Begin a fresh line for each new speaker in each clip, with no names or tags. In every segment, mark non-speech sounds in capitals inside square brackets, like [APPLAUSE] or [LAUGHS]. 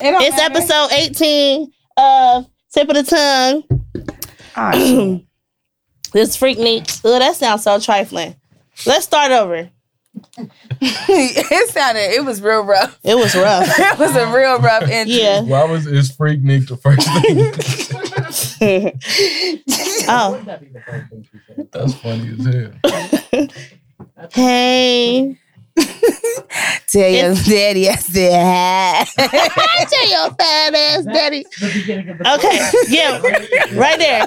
It don't
It's
matter.
episode 18 of Tip of the Tongue.
Ah, shit.
This freak me. Oh, that sounds so trifling. Let's start over.
[CLEARS THROAT] it sounded. It was real rough. [LAUGHS]
It was rough.
It was a real rough intro.
yeah.
[LAUGHS] Why was is Freak Nick the first thing?
oh.
That'd be the first thing she said.
That's funny as hell.
Hey.
Tell your daddy I said hi.
I tell your fat ass daddy.
The beginning of the
Okay. Yeah. Right there.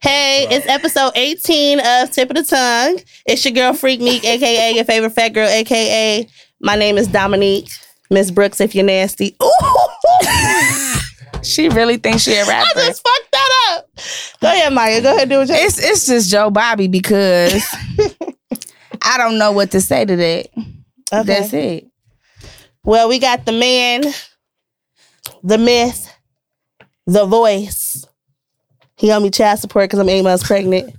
Hey, it's episode 18 of Tip of the Tongue. It's your girl Freak Meek, aka your favorite fat girl, aka my name is Dominique. Miss Brooks, if you're nasty. [LAUGHS] Ooh,
[LAUGHS] she really thinks she a
I
rapper.
just fucked that up. Go ahead, Maya. Go ahead and do what you
It's it's just Joe Bobby
[LAUGHS]
because I don't know what to say to that.
Okay.
That's it.
Well, we got the man, the myth, the voice. He owe me child support because I'm eight months
[LAUGHS]
pregnant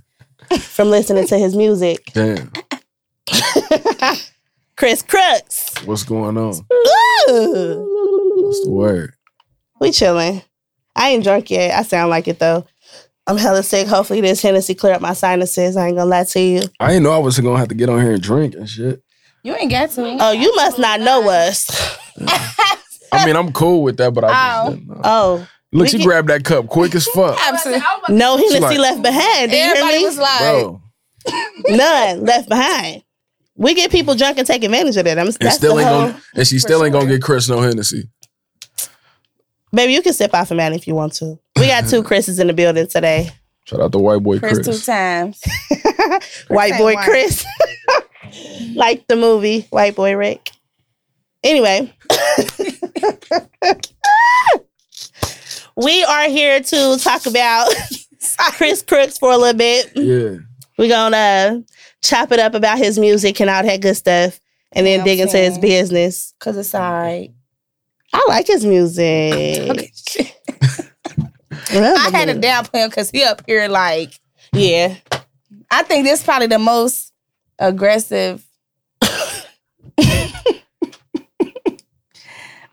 from listening to his music.
Damn,
Chris Crooks.
what's going on?
Ooh.
What's the word?
We chilling. I ain't drunk yet. I sound like it though. I'm hella sick. Hopefully this Hennessy clear up my sinuses. I ain't gonna lie to you.
I didn't know I was gonna have to get on here and drink and shit.
You ain't got to.
Oh, you must not know us.
I mean, I'm cool with that, but I
Ow.
just didn't know.
Oh,
Look,
we
she
get-
grabbed that cup quick as fuck,
Absolutely.
no Hennessy
like-
left behind. Do you hear
Everybody
me?
was like,
bro.
None left behind. We get people drunk and take advantage of that. I'm
And
that's
still
the
ain't
whole,
gonna, and she still ain't gonna get Chris no Hennessy.
Baby, you can sip off a man if you want to. We got two Chris's in the building today.
Shout out to white boy
Chris
Chris.
two times.
White
ain't
boy
white.
Chris. [LAUGHS] like the movie White Boy Rick. Anyway. [LAUGHS] we are here to talk about Chris Crooks for a little bit.
Yeah,
We're gonna uh, chop it up about his music and all that good stuff. And then
Yeah,
dig into his
okay.
business.
Cause it's all
[LAUGHS]
right.
I like his music.
Okay.
love
I
the
had to
music.
downplay him because he up here like
Yeah.
I think this probably the most aggressive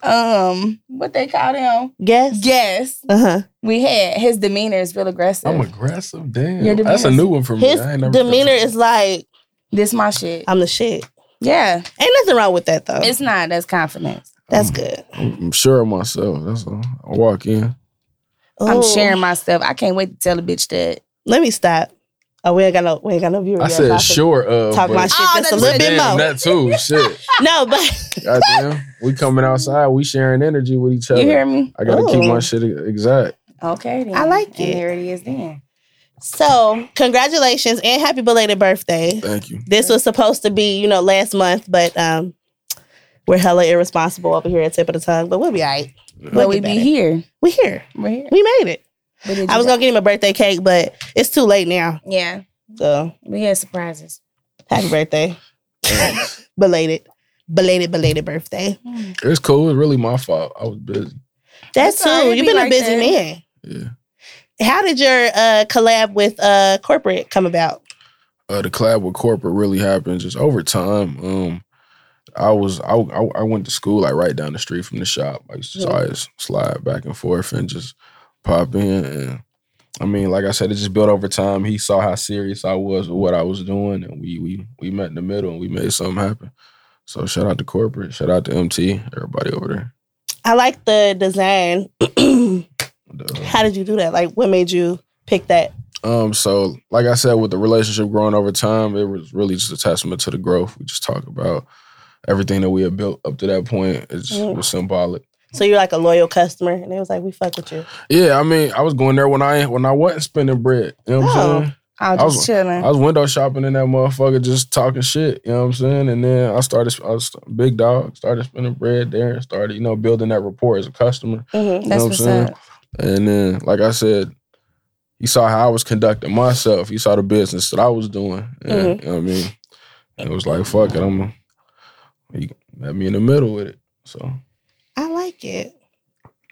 um what they call him.
Guess?
Yes,
Uh-huh.
we had his demeanor is real aggressive.
I'm aggressive.
Your
Damn, that's a
demeanor's-
new one for me.
His
I ain't never
demeanor is like,
this my shit.
I'm the shit.
Yeah.
Ain't nothing wrong with that though.
It's not. That's confidence.
That's good.
I'm sure of myself. That's all. I walk in.
Ooh.
I'm sharing my stuff. I can't wait to tell a bitch that.
Let me stop. Oh, we ain't got no, we ain't got no viewers.
I said sure of.
Talk
but-
my shit
Oh,
just a
that's
little
good.
bit
Damn,
[LAUGHS]
more.
that too. Shit.
No, but [LAUGHS]
Goddamn. We coming outside. We sharing energy with each other.
You hear Oh. me?
I gotta keep
Ooh.
my shit e-, exact.
Okay. Then.
I like
And
it.
there it is then.
so congratulations and happy belated birthday.
[LAUGHS]
Thank you.
This was supposed to be, you know, last month, but um, we're hella irresponsible over here at Tip of the Tongue. But we'll be all right.
But we
get
be
better.
here.
We here.
We're here.
We made it.
We did
I was
you-
gonna get him a birthday cake, but it's too late now.
Yeah.
So
We had surprises.
happy birthday,
Thanks.
belated, belated, belated birthday.
Mm.
It's cool. It's really my fault. I was busy.
That's
It's all right.
too.
It
You've
be
been a
like
busy
that.
man.
Yeah.
How did your uh, collab with uh, corporate come about?
Uh, the collab with corporate really happened just over time. Um, I was I, I I went to school like right down the street from the shop. I used to just
Yeah.
always slide back and forth and just pop in. And I mean, like I said, it just built over time. He saw how serious I was with what I was doing, and we we we met in the middle and we made something happen. So shout out to corporate. Shout out to MT. Everybody over there.
I like the design. [CLEARS THROAT]
The-
How did you do that? Like, what made you pick that?
Um, so like I said, with the relationship growing over time, it was really just a testament to the growth. We just talk about everything that we had built up to that point. It just
Mhm.
was symbolic.
So you're like a loyal customer, and they was like, "We fuck with you."
Yeah, I mean, I was going there when I when I wasn't spending bread. You know what
Oh.
I'm saying?
I was
I
just
was-
chilling.
I was window shopping in that motherfucker, just talking shit. You know what I'm saying? And then I started, I was big dog, started spending bread there, and started you know building that rapport as a customer.
That's
Mm-hmm.
know what I'm
what's
saying?
up.
And then, like I said, he saw how I was conducting myself. He saw the business that I was doing. And,
Mhm.
you know what I mean? And it was like, fuck it, I'm gonna he met me in the middle with it. So [LAUGHS]
I like it.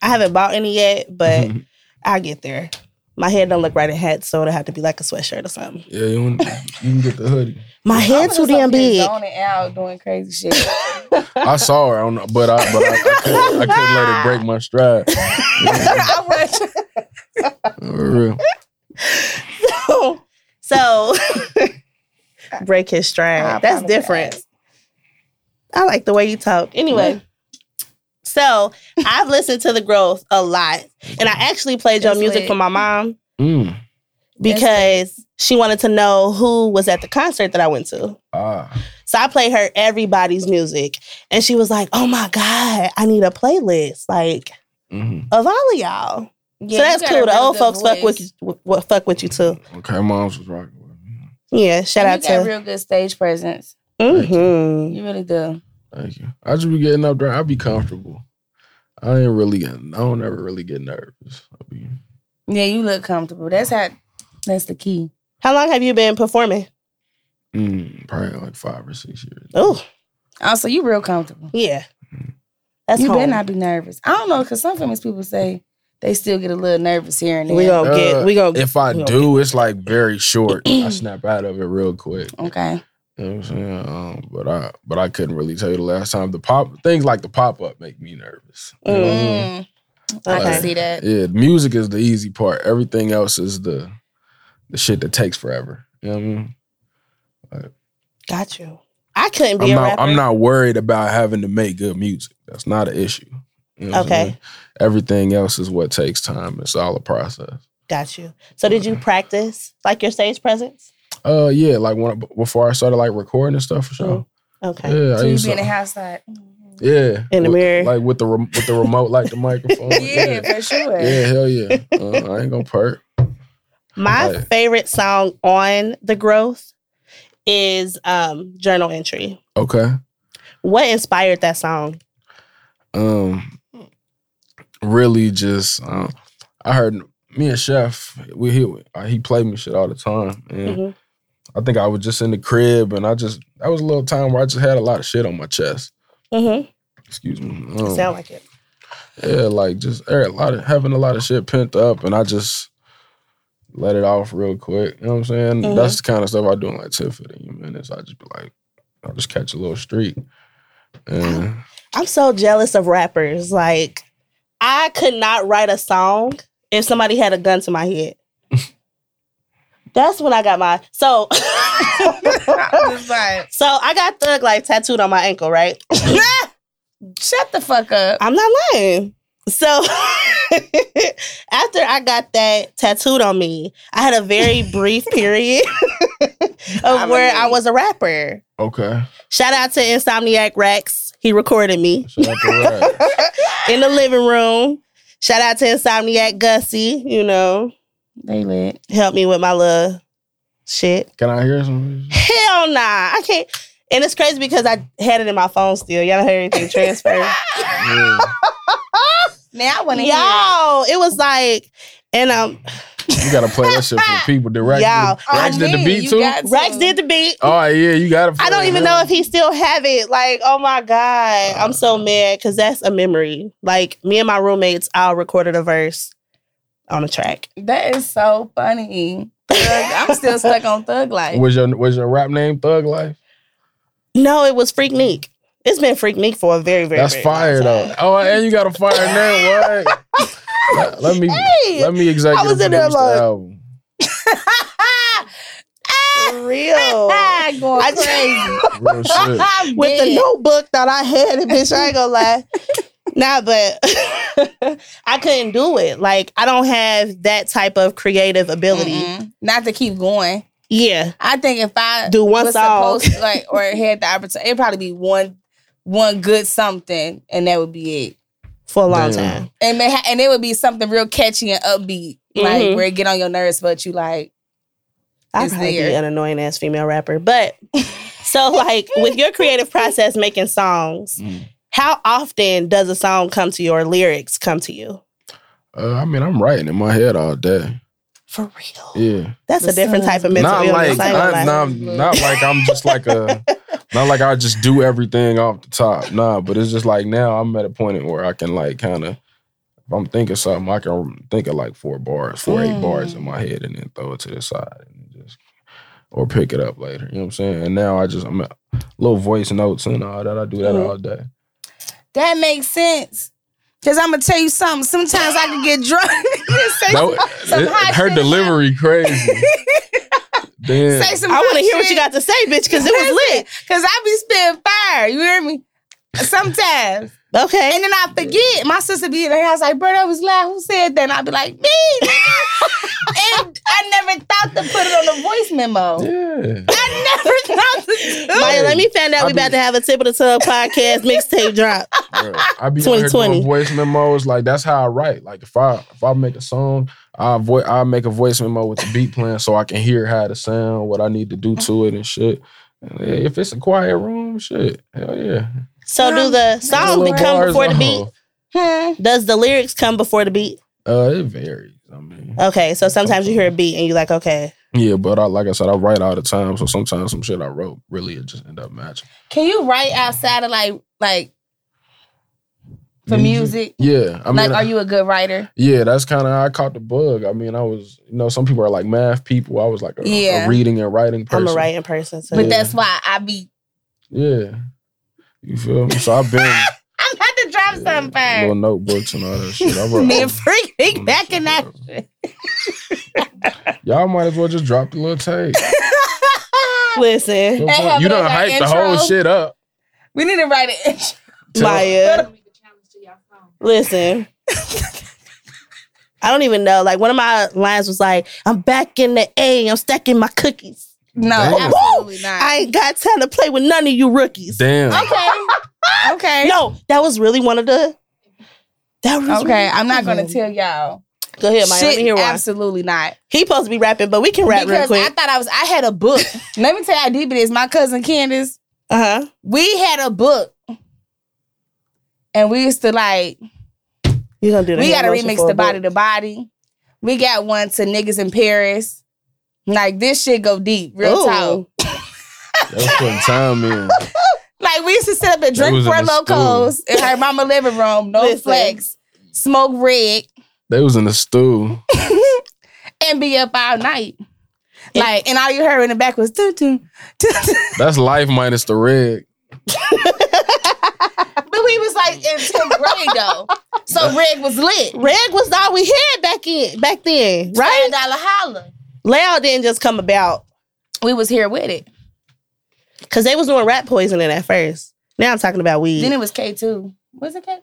I haven't bought any yet, but
Mhm.
I'll get there. My head don't look right in hats, so it'll have to be like a sweatshirt or something.
yeah, you, want- you can get the hoodie.
My
I
head
was
too
just up
damn
here
big. [LAUGHS]
Zoning out, doing crazy shit. [LAUGHS]
I saw her, on, but I but I, I, couldn't, I couldn't let her break my stride.
[LAUGHS] I
[LAUGHS]
was-
For real.
so [LAUGHS] break his stride.
I
That's
apologize.
different. I like the way you talk. Anyway. So I've listened to the growth a lot. And I actually played your
That's
music
lit.
for my mom
Mm.
That's
because she wanted to know who was at the concert that I went to.
Ah.
So I played her everybody's music. And she was like, Oh my God, I need a playlist like
mhm.
of all of y'all.
Yeah, you
so that's
got a
cool. The
real
old
good
folks fuck with,
voice.
you, w- w- fuck with you too.
Okay, moms was rocking with me.
Yeah, shout
And
out
you got
to.
real good stage presence.
Mhm.
You really do.
Thank you. I just be getting up there. I be comfortable. I ain't really get. I don't ever really get nervous. I be,
Yeah, you look comfortable. That's how. That's the key.
How long have you been performing?
mm, probably like five or six years.
Oh,
Also, you real comfortable.
yeah. That's
you
home.
better not be nervous. I don't know because some famous people say they still get a little nervous here and there.
We gonna
Uh,
get. We gonna.
If I
we gonna
do, it's like very short. I snap out of it real quick.
Okay.
You know what I'm saying? Um, but I but I couldn't really tell you the last time. The pop things like the pop up make me nervous. You know what I mean?
Mm, I
Okay.
can see that.
Yeah, music is the easy part. Everything else is the the shit that takes forever. You know what I mean?
Got you. I couldn't be
I'm
a
not
rapper.
I'm not worried about having to make good music. That's not an issue. You know what I'm
Okay.
saying? Everything else is what takes time. It's all a process.
Got you. So did you practice like your stage presence?
Uh yeah, like when I- before I started like recording and stuff for sure.
Oh, Okay.
Yeah, I
So you
used
be in
to-
the house like,
yeah.
In the
with-
mirror.
Like with the rem- with the remote
[LAUGHS]
like the microphone.
yeah, for sure.
Yeah, hell yeah. Uh, I ain't gonna perk.
My
Right.
favorite song on the growth is um, journal entry.
Okay.
What inspired that song?
Um, really, just um, I heard me and Chef. We he uh, he played me shit all the time, and
Mhm.
I think I was just in the crib, and I just that was a little time where I just had a lot of shit on my chest.
Mm-hmm.
Mhm.
Excuse me. Um,
Sound like it.
yeah, like just eh, a lot of having a lot of shit pent up, and I just let it off real quick. You know what I'm saying?
Mhm.
That's the kind of stuff I do in like 10, 15 minutes. I just be like, I'll just catch a little streak. And
I'm so jealous of rappers. Like, I could not write a song if somebody had a gun to my head. That's when I got my so [LAUGHS]
Just like,
so I got thug life tattooed on my ankle, right?
Shut the fuck up.
I'm not lying. So [LAUGHS] after I got that tattooed on me, I had a very brief period [LAUGHS] of
I'm
where I
amazed.
was a rapper.
okay,
Shout out to Insomniac Rex. He recorded me
shout out to Rad.
in the living room. Shout out to Insomniac Gussie, you know.
They lit.
help me with my little shit.
Can I hear some?
Hell nah. I can't. And it's crazy because I had it in my phone still. Y'all don't
[LAUGHS]
hear anything transferred.
Yeah.
Now I want to hear.
y'all, it was like, and um,
You gotta play that shit for the people. Did Rax,
Y'all,
did, Rax
I
did the
mean,
beat
you
too?
got to.
Rex did the beat.
oh yeah, you gotta play
I don't
it,
even know
hell.
if he still have it. Like, oh my god, I'm so mad because that's a memory. Like me and my roommates, all recorded a verse on a track.
That is so funny. Thug, I'm still stuck on Thug Life. [LAUGHS]
Was your was your rap name Thug Life?
No, it was Freak Neek. It's been Freak Neek for a very, very,
That's
very
fire
long
though.
time.
Oh, and you got a fire name. What? let, let me
Hey,
let me
I
executive
was in
produce
there
the
like-
album.
[LAUGHS]
for real.
Ah, going
I-
crazy.
Real shit.
[LAUGHS] I'm
with the
dead.
notebook that I had, and bitch, I ain't gonna lie.
[LAUGHS]
nah, but [LAUGHS] I couldn't do it. Like I don't have that type of creative ability.
Mm-mm. Uh, Not to keep going.
Yeah,
I think if I
Do one
was
song.
supposed to, like
[LAUGHS]
or had the opportunity, it'd probably be one one good something, and that would be it.
for a long
Damn.
time.
And may ha- and it would be something real catchy and upbeat, like
Mhm.
where it get on your nerves, but you like
I'd
It's
probably be
there.
an annoying ass female rapper, but
[LAUGHS]
so like with your creative process making songs, [LAUGHS]
Mm.
how often does a song come to you or lyrics come to you?
Uh, I mean, I'm writing in my head all day.
For real,
Yeah,
that's a
The
different
sun.
type of mental
not
illness.
like
I ain't gonna lie.
not, not, not like I'm just like a not like I just do everything off the top. Nah, but it's just like now I'm at a point where I can like kind of if I'm thinking something, I
Mm.
can think of like four bars, four eight bars in my head, and then throw it to the side and just or pick it up later. You know what I'm saying? And now I just I'm a little voice notes and all that. I do that
Mm.
Mhm.
all day.
That makes sense. Cause I'm gonna tell you something. Sometimes I can get drunk. [LAUGHS] and say,
That,
[LAUGHS] some
it-
hot
her
shit.
delivery
[LAUGHS]
crazy. Damn.
say some.
I want to
hot
hear what you
shit.
got to say, bitch, because it was lit.
Cause I be spitting fire. You hear me? Sometimes. [LAUGHS]
Okay.
And then I forget. My sister be in her house like, bro, that was loud. Who said that? And i be like, me.
[LAUGHS]
nigga." and I never thought to put it on the voice memo.
yeah.
I [LAUGHS] never thought to
[LAUGHS]
do
Maya, let me find out
I
we about to
be-
have a tip of the tub podcast mixtape drop.
Bro, I be out here
2020.
doing voice memos. Like that's how I write. Like if I if I make a song, I vo- I make a voice memo with the beat playing so I can hear how to sound, what I need to do to it and shit. And If it's a quiet room, shit. Hell yeah.
So do
Um,
the
I
song
don't
Little
become
bars
before the
off.
beat?
Hmm.
Does the lyrics come before the beat?
Uh it varies. I mean.
Okay, so sometimes you hear a beat and you're like, okay.
Yeah, but I like I said, I write all the time. So sometimes some shit I wrote really it just end up matching.
Can you write outside of like like for music?
Yeah. I mean
like, are you a good writer?
Yeah, that's kind of how I caught the bug. I mean, I was, you know, some people are like math people. I was like a, a
Yeah.
reading and writing person.
I'm a writing person. So
But
Yeah.
that's why I be.
Yeah. You feel me? So I've been
[LAUGHS] I'm about to drop
yeah,
something fire.
little notebooks and all that
[LAUGHS]
shit. I
Me and
wrote,
Freak Nick back in that.
y'all might as well just drop the little tape.
[LAUGHS]
[LAUGHS]
listen,
They have
you
it
done
as our
hype the
intro.
whole shit up.
[LAUGHS] we need to write it.
Maya, listen. I don't even know. Like one of my lines was like, "I'm back in the A. I'm stacking my cookies.
No,
Damn.
absolutely not.
I ain't got time to play with none of you rookies."
Damn.
okay. Okay.
No, that was really one of the. That was
Okay, I'm not
really-
gonna tell y'all.
Go ahead, Maya. Let
Shit,
me hear one.
absolutely not.
He supposed to be rapping, but we can rap real
because I
quick.
thought I was. I had a
[LAUGHS]
book. Let me tell you how deep it is. My cousin Candace,
Uh huh.
we had a book, and we used to like.
You gonna do that?
we got to remix the body to body. We got one to niggas in Paris. Like this shit go deep, real talk.
That's putting time in.
Like we used to sit up and
That
drink
was in
four
the
locos in her mama living room, no
Listen.
flex, smoke red,
They was in the stool.
and be up all night. Like, and all you heard in the back was doo doo.
That's life minus the red.
But we was like [LAUGHS] in 10th grade though. So Red was lit.
Reg was all we had back in back then,
Right?
right?
Dollar holla.
Loud didn't just come about
We was here with it.
because they was doing rat poisoning at first. Now I'm talking about weed.
Then it was K2. Was it K2?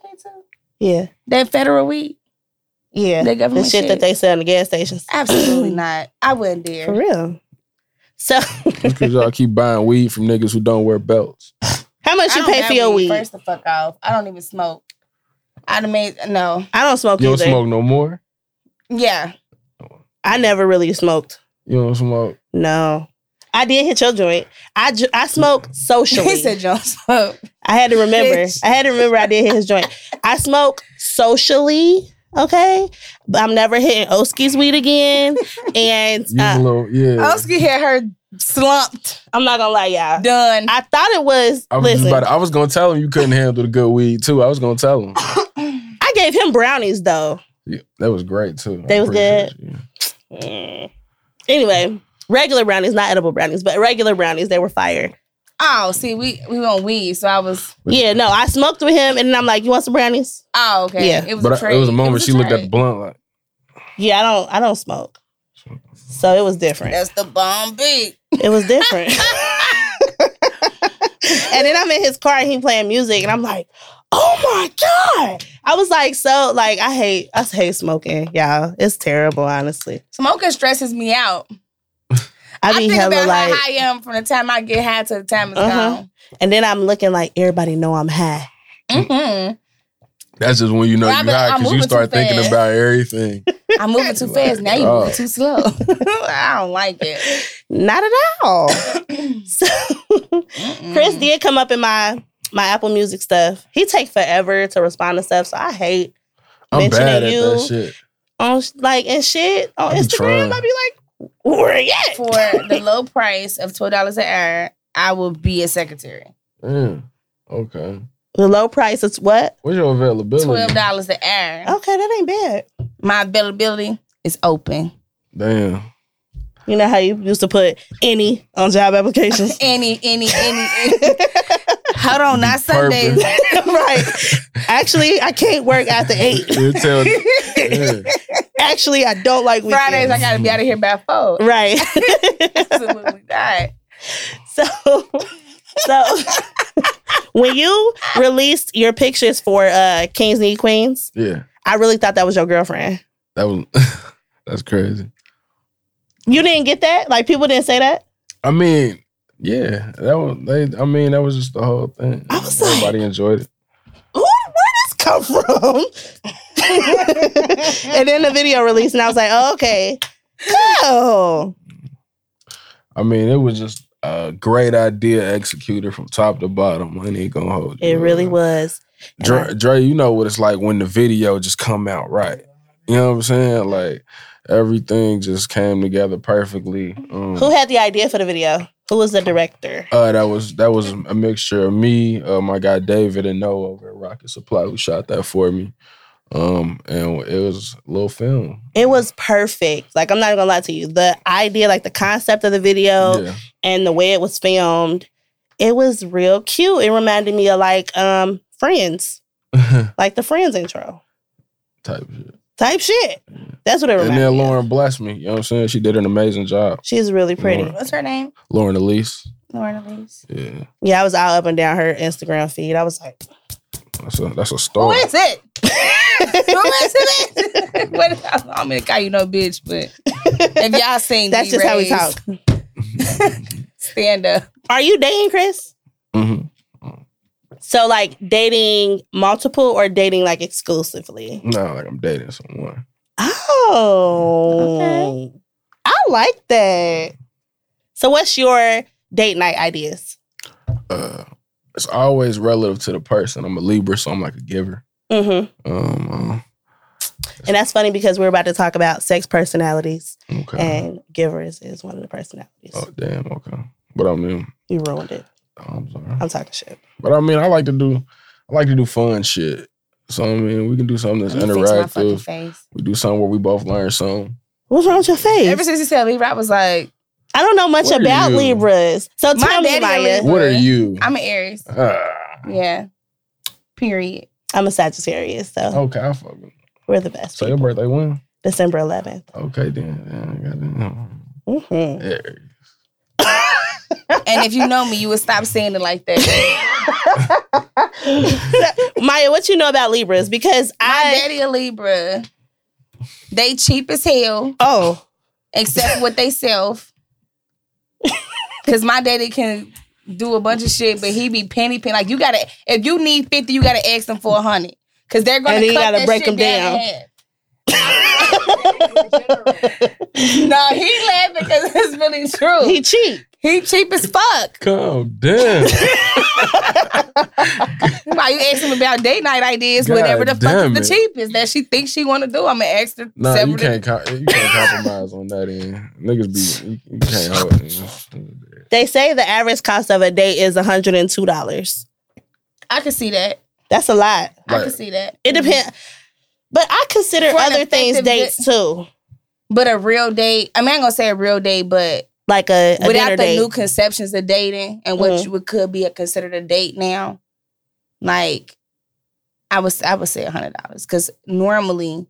yeah,
That federal weed?
yeah.
That
The
government
shit that they sell in the gas stations.
[CLEARS THROAT] Absolutely not. I wouldn't
For
dare.
real. So, [LAUGHS]
Just because y'all keep buying weed from niggas who don't wear belts.
how much
I
you
don't
pay
have
for your weed?
First the fuck off. I don't even smoke. I done made no.
I don't smoke
You don't
either.
smoke no more?
Yeah.
I never really smoked.
You don't smoke?
No, I did hit your joint. I ju- I smoke socially.
[LAUGHS] He said don't smoke.
I had to remember.
Bitch.
I had to remember I did hit his joint. I smoke socially, okay? But I'm never hitting Oski's weed again. And
You a
uh,
little, yeah.
Oski had her slumped.
I'm not gonna lie, y'all.
Done.
I thought it was,
I was, just
listen,
about to- I was gonna tell him you couldn't handle the good weed too. I was gonna tell him.
I gave him brownies though.
Yeah, that was great too. I
They was
appreciate you.
Mm. Anyway, regular brownies, not edible brownies, but regular brownies, they were fire.
oh, see, we we on weed, so I was
But-
yeah, no, I smoked with him and then I'm like, You want some brownies?
oh okay.
Yeah.
It was
But
a
I,
trade.
it was a moment she looked at the
trade.
blunt like,
Yeah, I don't I don't smoke. So it was different.
That's the bomb beat.
It was different. [LAUGHS] and then I'm in his car and he playing music and I'm like, oh my God. I was like, so like I hate I hate smoking, y'all. It's terrible, honestly.
Smoking stresses me out.
I be
think
hella
about
like
how high I am from the time I get high to the time it's
Uh-huh.
gone.
and then I'm looking like everybody know I'm high.
Mm-hmm.
That's just when you know
Well, I've
you
been-
high
I'm
because you
moving
start
too
thinking
fast.
[LAUGHS]
about everything.
I'm moving
[LAUGHS]
too fast. Now you're moving too slow. [LAUGHS] I don't like it.
Not at
[COUGHS]
all. [LAUGHS] so
Mm-mm.
Chris did come up in my my Apple Music stuff. He take forever to respond to stuff, so I hate
I'm
Mentioning
bad at
you.
that shit.
on sh- like and shit on
I be
Instagram.
trying.
I be like, where you at?
for the low price of twelve dollars an hour, I will be a secretary.
Yeah. Okay.
The low price is what?
What's your availability?
Twelve dollars an
Oh.
hour.
Okay, that ain't bad.
My availability is open.
Damn.
You know how you used to put any on job [LAUGHS] applications?
Any, any, any, any. Hold on, not Sundays.
Perfect.
right. Actually, I can't work after eight.
You tell- yeah.
[LAUGHS] Actually, I don't like weekends.
[LAUGHS] Fridays, I gotta be out of here by four.
Right. [LAUGHS]
Absolutely not.
so, so when you released your pictures for uh, Kings Need Queens,
yeah,
I really thought that was your girlfriend.
that was [LAUGHS] that's crazy.
You didn't get that? Like people didn't say that?
I mean, yeah, that was. They, I mean, that was just the whole thing.
I was like-
Everybody enjoyed it.
Who, where did this come from? [LAUGHS] and then the video released, and I was like, oh, okay, cool.
I mean, it was just a great idea executed from top to bottom. I ain't gonna hold you.
It really was. And
Dre, Dre, you know what it's like when the video just come out right. You know what I'm saying? Like everything just came together perfectly. Um,
Who had the idea for the video? Who was the director?
Uh, that was that was a mixture of me, uh, my guy David, and Noah over at Rocket Supply who shot that for me. Um, and it was a little film.
It was perfect. Like I'm not gonna lie to you. The idea, like the concept of the video
Yeah,
and the way it was filmed, it was real cute. It reminded me of like um Friends, like the Friends intro
[LAUGHS] type shit.
type shit. That's what it
And
reminded
then
me. of.
Lauren blessed me. You know what I'm saying? She did an amazing job.
She's really pretty.
Lauren.
What's her name?
Lauren Elise.
Lauren Elise.
Yeah,
Yeah, I was all up and down her Instagram feed. I was like,
that's a that's a
Who
star.
is it? Who is it? [LAUGHS] what, I'm gonna call you no bitch, but if y'all seen
That's just how we
D-Ray's
talk.
Stand up.
Are you dating Chris?
Mhm.
So like dating multiple or dating like exclusively?
No, like I'm dating someone.
Oh. I like that. So what's your date night ideas?
Uh, it's always relative to the person. I'm a Libra, so I'm like a giver.
Mm-hmm.
Um, um,
And that's funny because we're about to talk about sex personalities
uh, okay.
and givers is one of the personalities.
Uh-huh. Oh damn, okay. But I mean,
You ruined it.
I'm sorry.
Oh.
I'm talking shit.
But I mean, I like to do, I like to do fun shit. So I mean, we can do something that's
Let me fix my fucking
interactive.
face.
We do something where we both learn something.
What's wrong with your face?
Ever since he said Libra, I was like,
I don't know much
What are
about
you?
Libras. So
My
tell me,
daddy a
Maya.
Libra.
What are
Right.
you?
Uh, I'm an Aries.
Ah,
Yeah. Period.
I'm a Sagittarius, so
okay, I fuck with.
we're the best.
Oh. So your
people.
birthday when?
December 11th.
Okay, then. then
hmm
I got it. Aries.
And if you know me, you would stop saying it like
[LAUGHS]
that.
Maya, what you know about Libras? Because
My
I
daddy a Libra. They cheap as hell,
oh
except what they
[LAUGHS]
self. Cause my daddy can do a bunch of shit, but he be penny penny. Like you gotta, if you need fifty, you gotta ask them for a hundred. Cause they're gonna
And then you
cut
gotta
that
break
shit
them
down.
down.
in half. no,
[LAUGHS]
he laughing because it's really true.
he
He,
cheap.
cheap as fuck.
Come damn.
Why you ask him about date night ideas?
God
whatever the fuck
damn
is the
it.
cheapest that she thinks she want to do, I'm gonna ask her.
No, you
several
can't. Com- you can't compromise on that end. Niggas be. You, you can't hold it.
They say the average cost of a date is $102.
I can see that.
That's a lot.
I
Right.
can see that.
It depends. But I consider
Mm-hmm. For an
other things
effective
dates too.
But a real date, I mean, I ain't gonna say a real date, but
Like a, a
without
dinner
the
date.
new conceptions of dating and what
Mhm.
you would could be a, considered a date now, like I was, I would say a hundred dollars because normally,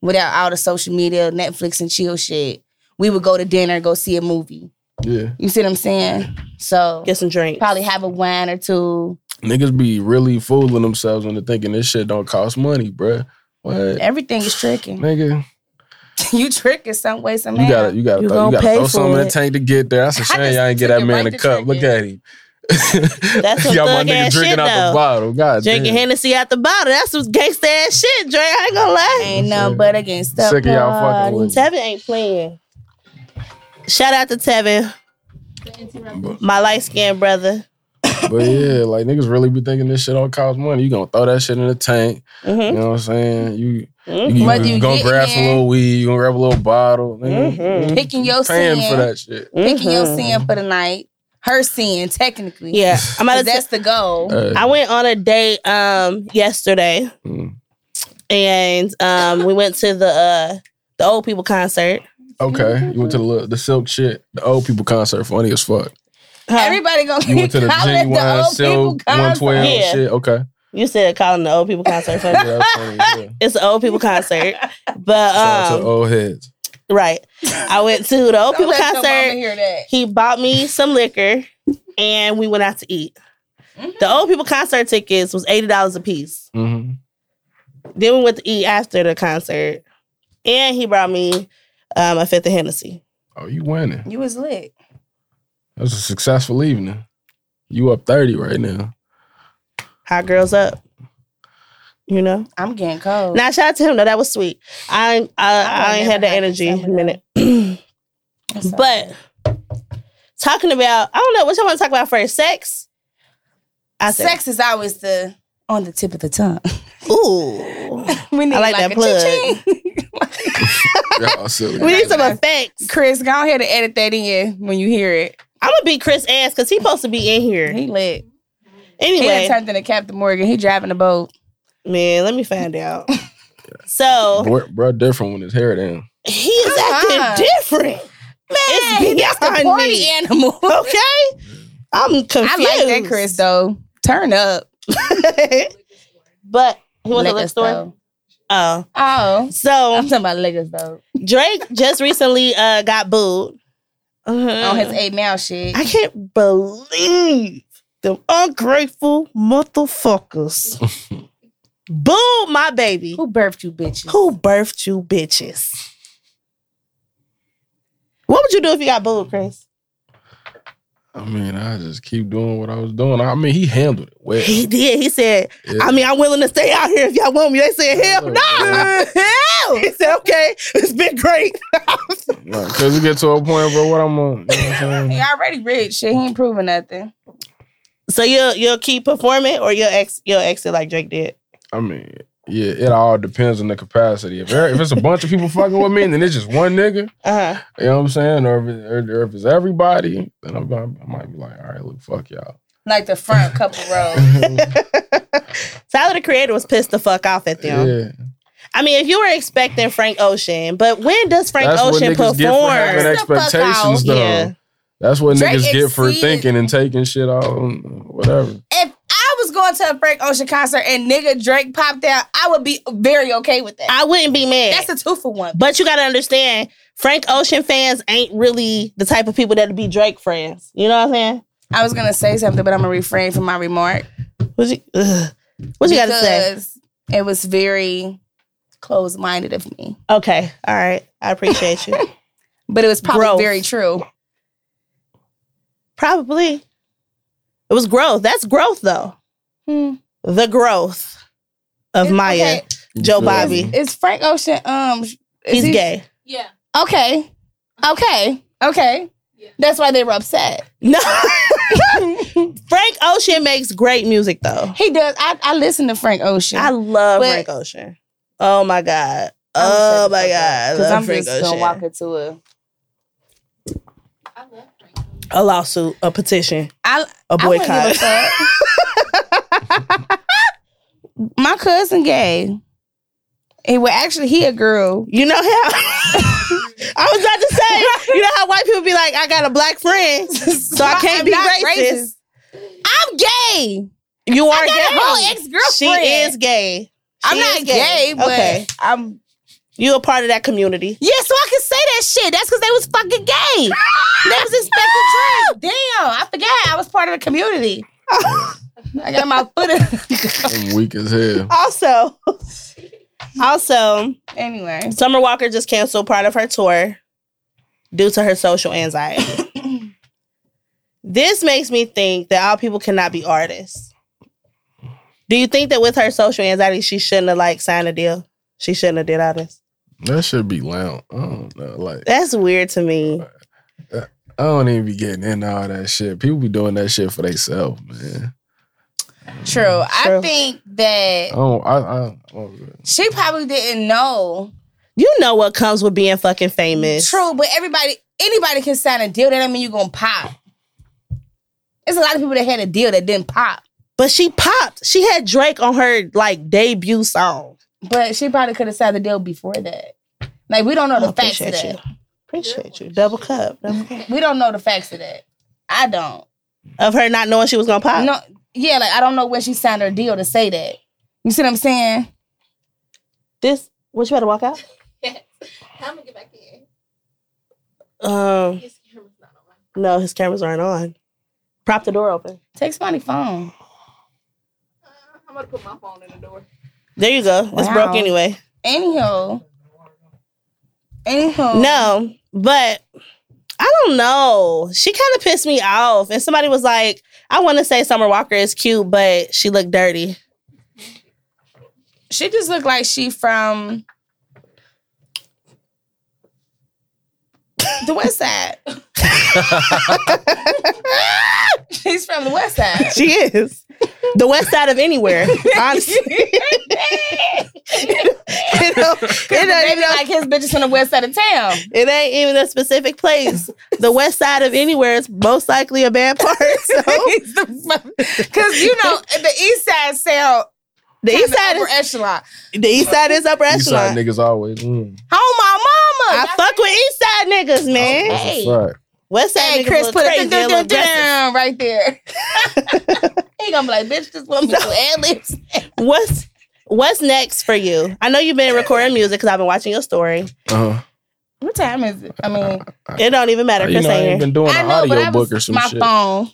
without all the social media, Netflix and chill shit, we would go to dinner, go see a movie.
Yeah,
You see what I'm saying? So
Get some drinks.
probably have a wine or two.
niggas be really fooling themselves into thinking this shit don't cost money, bruh. What,
Everything is tricking.
nigga?
[LAUGHS] you tricking some way, somehow.
You gotta, you gotta,
You
throw, you
gonna
gotta
pay
throw
for
something in
it.
the tank to get there. That's a
I
shame
just
y'all ain't get
took
that
it
man
right
a
to
cup.
drink
Look
it.
at him. [LAUGHS]
That's some
y'all my
thug
nigga
ass
drinking
shit,
out
though.
the bottle. God
Drinking
damn.
Hennessy out the bottle. That's some gangsta ass shit, Dre. I ain't gonna lie.
Ain't no but against the
Sick of y'all fucking
party.
with
Tevin ain't playing. Shout out to Tevin, my light skinned brother.
But yeah, like niggas really be thinking this shit don't cost money. You gonna throw that shit in the tank. You
hmm
know what I'm saying? You, you,
hmm
What do you
gonna
get
grab
in
some
there?
little weed. You gonna grab a little bottle. nigga.
Mhm.
You
Picking your
paying
sin.
for that shit.
Picking your sin for the night. Her sin, technically.
Mm-hmm. Yeah, I'm
'Cause
about to.
that's the goal.
Hey,
I went on a date um yesterday,
Uh, mm,
and um we went to the uh the old people concert.
Okay, you went to the little- the Silk shit, the old people concert, funny as fuck.
Huh?
Everybody gonna
You went
[LAUGHS] keep
to the
calling it the
genuine
old people
Silk one twelve
concert.
Yeah.
shit. Okay,
you said calling the old people concert.
yeah,
[LAUGHS]
funny.
that's funny. Yeah.
it's an old people concert,
Shout out
but
to
um,
old heads.
right. I went to the
Don't
old people
let your mama
concert.
hear that.
He bought me some liquor, and we went out to eat.
Mm-hmm.
The old people concert tickets was eighty dollars a piece.
Mm-hmm.
Then we went to eat after the concert, and he brought me um, a fifth of Hennessy.
Oh, you winning?
You was lit.
That was a successful evening. You up thirty right now?
Hot girls up, you know.
I'm getting cold.
Now shout out to him though, that was sweet. I I, I,
I
ain't
never
had the
had
energy in a
someone
minute,
I'm sorry.
but talking about I don't know what y'all want to talk about first. Sex. I said,
sex is always the on the tip of the tongue. [LAUGHS]
Ooh,
We need
I like that plug.
plug.
Y'all silly.
we need some effects.
Chris, go ahead and edit that in when you hear it.
I'm gonna beat Chris ass because he's supposed to be in here
He lit. He done
anyway.
turned into Captain Morgan. He driving the boat.
Man, let me find
[LAUGHS]
out. So
Bro, bro different when his hair down.
He's
Uh-uh.
acting different.
Man,
it's
The
beyond
party
me.
[LAUGHS] animal.
Okay, I'm confused.
I like that Chris though. Turn up.
[LAUGHS] but he went to the
Liquor
store.
store.
Oh,
Oh. I'm
so
talking about Lakers though.
Drake just recently uh, got booed Mm-hmm.
On his eight now shit.
I can't believe them ungrateful motherfuckers
[LAUGHS]
booed my baby.
Who birthed you bitches?
Who birthed you, bitches? What would you do if you got booed,
Mm.
Chris?
I mean, I just keep doing what I was doing. I mean, he handled it well.
He did. He said,
Yeah.
I mean, I'm willing to stay out here if y'all want me. They said, hell
Yeah.
no. Hell. He said, okay, it's been great.
Because it get to a point, bro, what I'm on. You know what I'm
He
saying?
Mm-hmm.
already rich. Shit, he ain't proving nothing.
So you'll you'll keep performing or you'll ex you'll exit like Drake did.
I mean, yeah, it all depends on the capacity. If, there- if it's a bunch of people fucking with me and then it's just one nigga,
Uh-huh. [LAUGHS]
you know what I'm saying? Or if, it, or if it's everybody, then I'm, gonna- I might be like, all right, look, fuck y'all.
Like the front couple rows.
[LAUGHS] yeah.
Tyler the creator was pissed the fuck off at them. I mean, if you were expecting Frank Ocean, but when does Frank
That's what
Ocean
niggas get for having
perform?
Shut the fuck
expectations,
out.
though.
Yeah.
That's what
Drake
niggas get for
exceeded-
thinking and taking shit out, and whatever.
if I was going to a Frank Ocean concert and nigga Drake popped out, I would be very okay with that.
I wouldn't be mad.
That's a two for one.
but you gotta understand, Frank Ocean fans ain't really the type of people that'd be Drake friends. You know what I'm saying?
I was gonna say something, but I'm gonna refrain from my remark.
What you ugh. what you gotta say?
because It was very closed minded of me,
Okay. All right. I appreciate you.
[LAUGHS] but it was probably
Growth.
very true.
Probably. It was growth. That's growth, though.
Hmm.
The growth of
It's
Maya.
okay.
You
Joe
feel
Bobby.
me?
Is Frank Ocean um? Is
He's
he-
gay. [LAUGHS]
Yeah.
Okay, okay, okay.
Yeah.
That's why they were upset. [LAUGHS]
No. Frank Ocean makes great music, though.
He does. I, I listen to Frank Ocean.
I love
But-
Frank Ocean. Oh, my God. Oh, my God. I
Because
love
I'm
Frank
just gonna
Ocean.
walk into a.
I love Frank.
a lawsuit, a petition,
I
a
I wouldn't
boycott.
give a fuck. My cousin gay. It was actually he a girl.
[LAUGHS] You know how [LAUGHS] I was about to say, you know how white people be like, I got a black friend, so
[LAUGHS]
I can't
I'm
be
not
racist.
I'm gay.
You are
I got
gay.
a whole ex
She
girlfriend.
is gay.
I'm
she
not
is
gay,
gay.
but
Okay.
I'm.
You a part of that community.
Yeah, so I can say that shit. That's because they was fucking gay. they was [LAUGHS] expecting trans. Damn, I forgot I was part of the [LAUGHS] community. I got my foot [LAUGHS] in.
I'm weak as hell.
Also, [LAUGHS] also,
anyway,
Summer Walker just canceled part of her tour due to her social
[COUGHS]
anxiety. this makes me think that all people cannot be artists. Do you think that with her social anxiety, she shouldn't have like signed a deal? She shouldn't have did all this.
That should be loud. I don't know. Like,
That's weird to me.
I don't even be getting into all that shit. People be doing that shit for themselves, man.
true. I
True.
think that
I don't. I. I, oh, I don't-
she probably didn't know
You know what comes with being fucking famous.
True, but everybody, anybody can sign a deal. That don't mean you're gonna pop. There's a lot of people that had a deal that didn't pop,
But she popped. She had Drake on her like debut song.
but she probably could have signed the deal before that. Like we don't know
I
the facts of
appreciate
that.
Appreciate you. Double cup. Double cup.
We don't know the facts of that. I don't.
Of her not knowing she was gonna pop.
No, yeah, like I don't know where she signed her deal to say that. You see what I'm saying?
This what you better walk
[LAUGHS]
out?
I'm gonna get back in.
Um
His camera's not on.
no, his cameras aren't on. Prop the door open.
Text my phone.
Uh, I'm gonna put my phone in the door.
There you go. It's
Wow.
broke anyway.
Anyhow, anyhow,
No, but I don't know. She kind of pissed me off. And somebody was like, I want to say Summer Walker is cute, but she looked dirty.
she just looked like she from the West Side. [LAUGHS] She's from the West
[LAUGHS]
Side.
She is. The west side of [LAUGHS] anywhere. Honestly. it, don't,
They
it don't
be
even,
like his bitches from the West Side of town.
it ain't even a specific place. The west side of anywhere is most likely a bad part. [LAUGHS] So
[LAUGHS] Because you know the East Side sound
the east side
upper
is
echelon.
the east side is upper
East
echelon.
side niggas always win.
Oh my mama!
I fuck with east side niggas, man.
That's
Hey.
a fact.
West side
Hey,
niggas
Chris,
look
put
crazy.
it
They
dun,
look
dun,
aggressive.
down right there. [LAUGHS] he gonna be like, bitch, this woman do ad libs.
What's What's next for you? I know you've been recording music because I've been watching your story.
Uh-huh.
What time is it? I mean,
It don't even matter,
Uh, You
Chris
know I ain't
Hanger.
been doing
I
an
know, but
audio
I
book or
was
some
my
shit.
phone.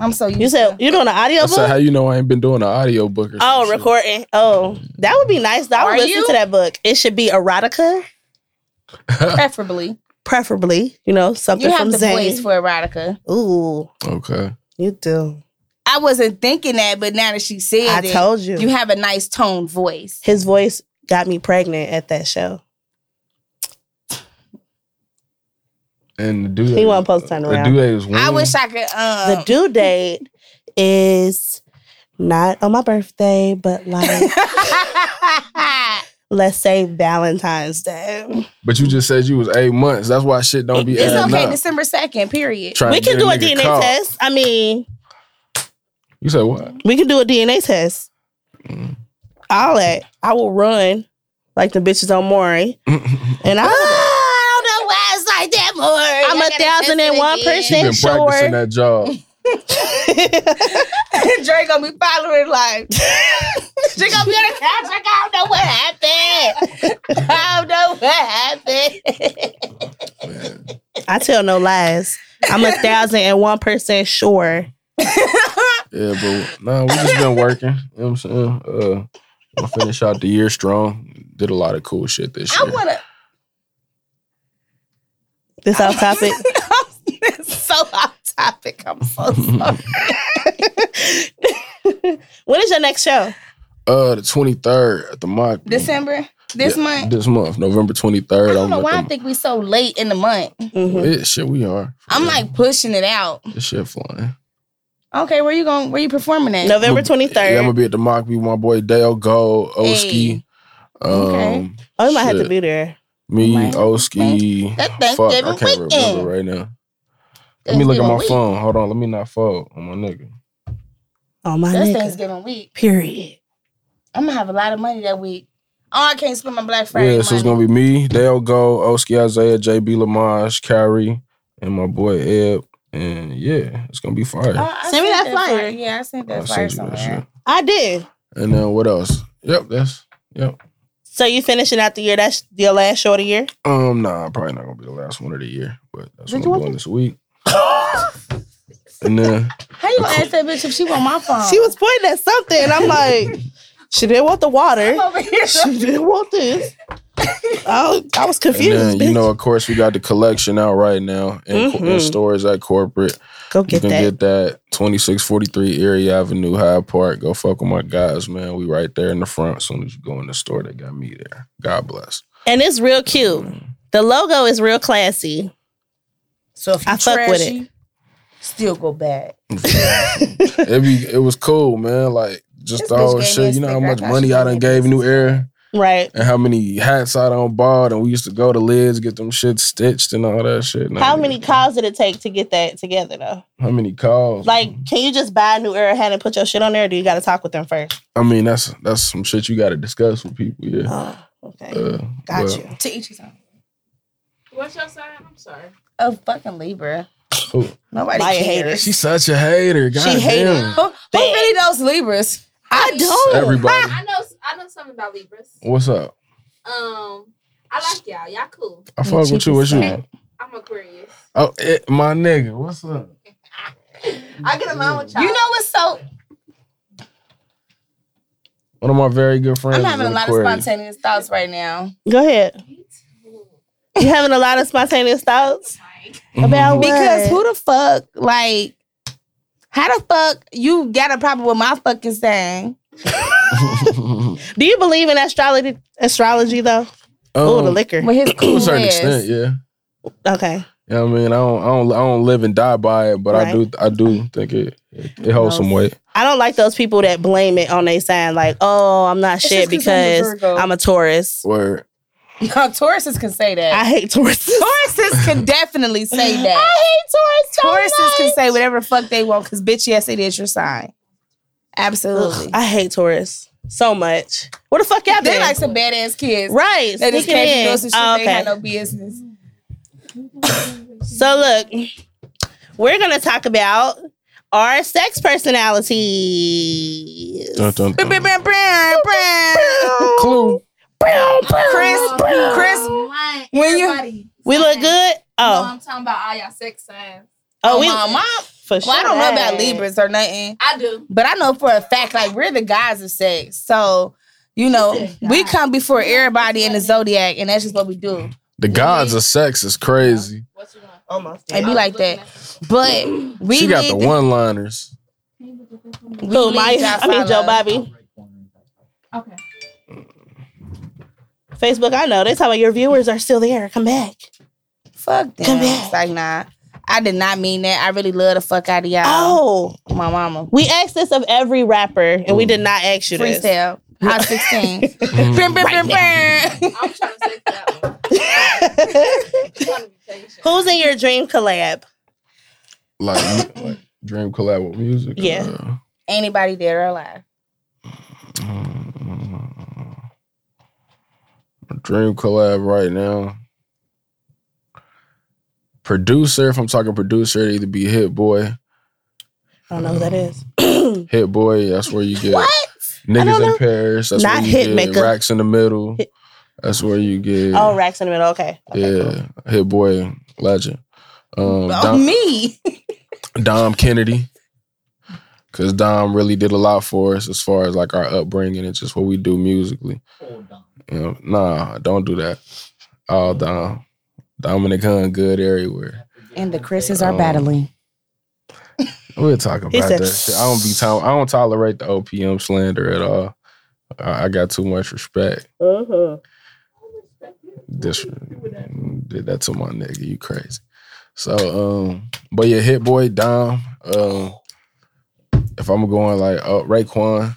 I'm so used.
You
to-
said you're doing an audio
I said,
book.
how you know I ain't been doing an audio book or
Oh,
some shit?
recording. Oh, that would be nice. I would
Are
listen
you?
to that book. It should be erotica,
preferably,
preferably. You know, something
you have
from
the
Zane.
voice for erotica.
Ooh,
Okay.
you do.
I wasn't thinking that, but now that she said
I
it,
told you.
you have a nice toned voice.
His voice got me pregnant at that show.
And the dude.
He wasn't supposed to turn
The
around.
dude is
I
winning.
wish I could. Um, [LAUGHS]
the due date is not on my birthday, but like
[LAUGHS]
let's say Valentine's Day.
But you just said you was eight months. That's why shit don't be
it's
adding
okay,
up.
December second. Period.
Trying
we
to
can
get
do a
nigga
DNA
caught.
test. I mean,
You said what? [LAUGHS]
we can do a DNA test.
Mm.
All that. I will run like the bitches on Maury. And
Ah,
I
[LAUGHS] I don't know why it's like that more.
I'm a thousand and one
she been
percent sure.
practicing that job.
[LAUGHS] Drake gonna be following
[LAUGHS]
like she gonna be on the couch like I don't know what happened. I don't know what happened.
[LAUGHS]
Man.
I tell no lies. I'm a thousand and one percent sure.
Yeah, but nah, we just been working. You know what I'm saying? Uh, we'll finish out the year strong. Did a lot of cool shit this
I
year.
wanna
This
[LAUGHS]
off topic.
It's so off topic. I'm so sorry.
[LAUGHS]
when is your next show?
uh, the 23rd at the mock.
December this
Yeah,
month.
This month, November 23rd.
I
I'm
don't know
at
why I
the-
think we so late in the month.
Mhm.
Yeah, shit, we are.
I'm like pushing it out.
this shit flying.
Okay, where you going? Where you performing at?
November twenty
Yeah, I'm
third.
gonna be at the mock. Be with my boy Dale Gold, Oski.
Hey.
Um,
Okay.
Oh, you might have to
shit.
be there.
Me,
Right.
Oski.
That
Fuck, I
Thanksgiving
can't
weekend.
remember right now. Let me look at
Thanksgiving
my
week.
phone. Hold on, let me not fall on my nigga.
Oh my
That's
nigga.
Thanksgiving week.
Period.
I'm gonna have a lot of money that week. Oh, I can't spend my Black Friday.
yeah, so it's
money.
gonna be me, Dale Gold, Oski Isaiah, JB Lamage, Kyrie, and my boy Eb. And yeah, it's gonna be fire.
Oh, I
Send me
sent
that flyer.
Yeah, I sent that
I'll
flyer
send you that
somewhere.
I did.
shit. And then what else? Yep, that's yep.
So you finishing out the year? That's your last show of the year.
Um, nah, probably not gonna be the last one of the year, but that's
Did you
what I'm
want
doing
[LAUGHS]
this week. and then
How you gonna ask that bitch if she want
[LAUGHS]
my phone?
She was pointing at something, and I'm [LAUGHS] like, she didn't want the water.
I'm [LAUGHS] over
[LAUGHS]
here.
She didn't want this. I, I was
And
confused.
then, you
bitch.
know, of course, we got the collection out right now in, co- in
Mhm.
stores at corporate.
Go
you
get
can
that.
get that 2643 Erie Avenue, Hyde Park. Go fuck with my guys, man. We right there in the front. As soon as you go in the store, they got me there. God bless.
and it's real cute. The logo is real classy.
So if
I fuck with it.
still go back.
it, be, it was cool, man. Like, just
This
the
bitch
whole
gave me a
shit. You know how
sticker. I
much
thought
money
she
I
gave
done
me
gave
this.
New Era
Right.
and how many hats I done bought. And we used to go to Lids, get them shit stitched and all that shit. Now,
How
nigga,
many calls did it take to get that together though?
How many calls?
Like, can you just buy a new era hat and put your shit on there, or do you got to talk with them first?
I mean, that's that's some shit you got to discuss with people, yeah.
Oh, okay.
Uh,
got
well,
you.
To each his own.
Why What's your sign? I'm sorry.
A fucking Libra.
Who?
Nobody
Liar
cares.
She's such a hater. God
She hated.
damn.
Who, who really knows Libras? I don't.
Everybody.
I know. I know something about Libras.
What's up?
Um, I like y'all. Y'all cool.
I fuck with you. What you?
I'm Aquarius.
Oh, it, my nigga. What's up?
I get along with y'all.
You know what's so?
One of my very good friends.
I'm
is
having a
an
lot of
Aquarius. [LAUGHS]
spontaneous thoughts right now
Go ahead.
Me too.
You having a lot of spontaneous thoughts
Like,
Oh,
about what?
because who the fuck like? How the fuck you got a problem with my fucking thing?
do you believe in astrology? Astrology though. oh, the
Um,
liquor.
With his
to
cool
a certain
ass.
extent, yeah.
Okay.
Yeah, I mean, I don't, I don't, I don't live and die by it, but I do, I do think it, it, it holds some weight.
I don't like those people that blame it on their sign. Like, oh, I'm not
It's
shit
just 'cause I'm a
because
Virgo.
I'm a Taurus.
Where
[LAUGHS] No, Tauruses can say that.
I hate
[LAUGHS]
Taurus.
Tauruses can definitely [LAUGHS] say that.
I
Tauruses can say whatever the fuck they want because bitch, yes, it is your sign. Absolutely.
I hate Taurus so much. Where the fuck y'all
they
been?
like some badass kids.
right.
They just
sneaking
came
in.
to do some shit
Oh,
they
okay.
had no business.
So look, we're gonna talk about our sex personalities.
dun, dun,
Brum,
dun.
brum, brum, brum.
Clue.
Chris, Chris,
Mine,
when you-
everybody.
Oh, We look good.
No,
Oh,
I'm talking about all y'all sex signs.
oh, we
my mom.
for sure.
Well, I don't know about Libras or nothing,
I do.
but I know for a fact like we're the guys of sex. So you know we come before everybody in the zodiac, and that's just what we do.
The gods of sex is crazy.
What you want?
Almost.
It be like that. But we
She got
lead
the one liners.
We
Who,
lead
my,
y'all
I mean, Joe
follow.
Bobby.
Okay.
Facebook, I know. They talking about your viewers are still there. Come back.
Fuck them.
Come back.
It's like nah. I did not mean that. I really love the fuck out of y'all.
Oh,
My mama.
we asked this of every rapper, and we did not ask you this.
Freestyle. I
[LAUGHS]
was 16. Brum, brum, brum, brum.
I'm trying to say that one. I'm trying to be
[LAUGHS]
patient.
Who's in your dream collab?
like, like dream collab with music.
Yeah.
Uh,
Anybody dead or alive?
mm, dream collab right now. Producer, if I'm talking producer, it'd either be Hit Boy.
I don't know who that is. [CLEARS THROAT]
Hit Boy, that's where you get
What?
I
niggas
don't
in
know.
Paris. That's
Not
where you
hit
get
maker.
racks in the middle.
Hit-
That's where you get.
Oh, racks in the middle. Okay. okay cool.
yeah, Hit Boy legend. Um,
Oh,
Dom-
me.
Dom Kennedy. Cause Dom really did a lot for us as far as like our upbringing and just what we do musically. You know, nah, don't do that. All Dom, Dominic Hun, good everywhere.
And the Chris's
are Um, battling. We'll talk about
He said-
that. Shit. I don't be to- I don't tolerate the OPM slander at all. I, I got too much respect.
Mm-hmm.
Dis- did that to my nigga. You crazy. So, um, but yeah, Hit Boy Dom. Um, if I'm going like uh, Raekwon,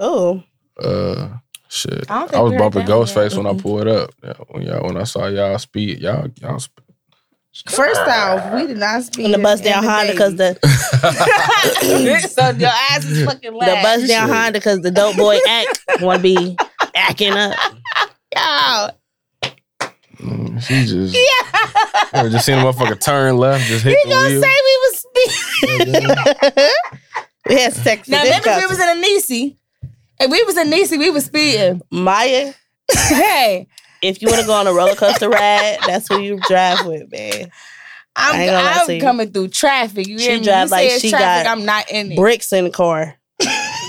Oh,
uh, shit.
I
I,
don't think
was
we were
bumping
down yet.
Ghostface
Mm-hmm.
when I pulled up. Yeah, When y'all, when I saw y'all speed, y'all,
[LAUGHS]
y'all. Sp- [LAUGHS]
First off,
[LAUGHS]
we did not speak.
and the bus down Honda because the
so your eyes is fucking
the
loud.
bus down
Shit.
Honda because the
[LAUGHS]
dope boy act want to be acting up.
Y'all.
Mm, she just,
[LAUGHS]
Yeah.
I just seen a motherfucker turn left, just hit
You gonna say we
the
was
[LAUGHS]
speaking.
wheel. Yeah.
we had sex.
Now remember we was in Anisi. And we was in Anisi, we was speeding.
Maya.
hey,
If you want to go on a roller coaster ride, that's who you drive with, man. I ain't
I'm,
gonna lie to
I'm
you.
coming through traffic. You
She
hear me?
drive
you
like
say it's
she
traffic,
got
I'm not in it.
Bricks in the car.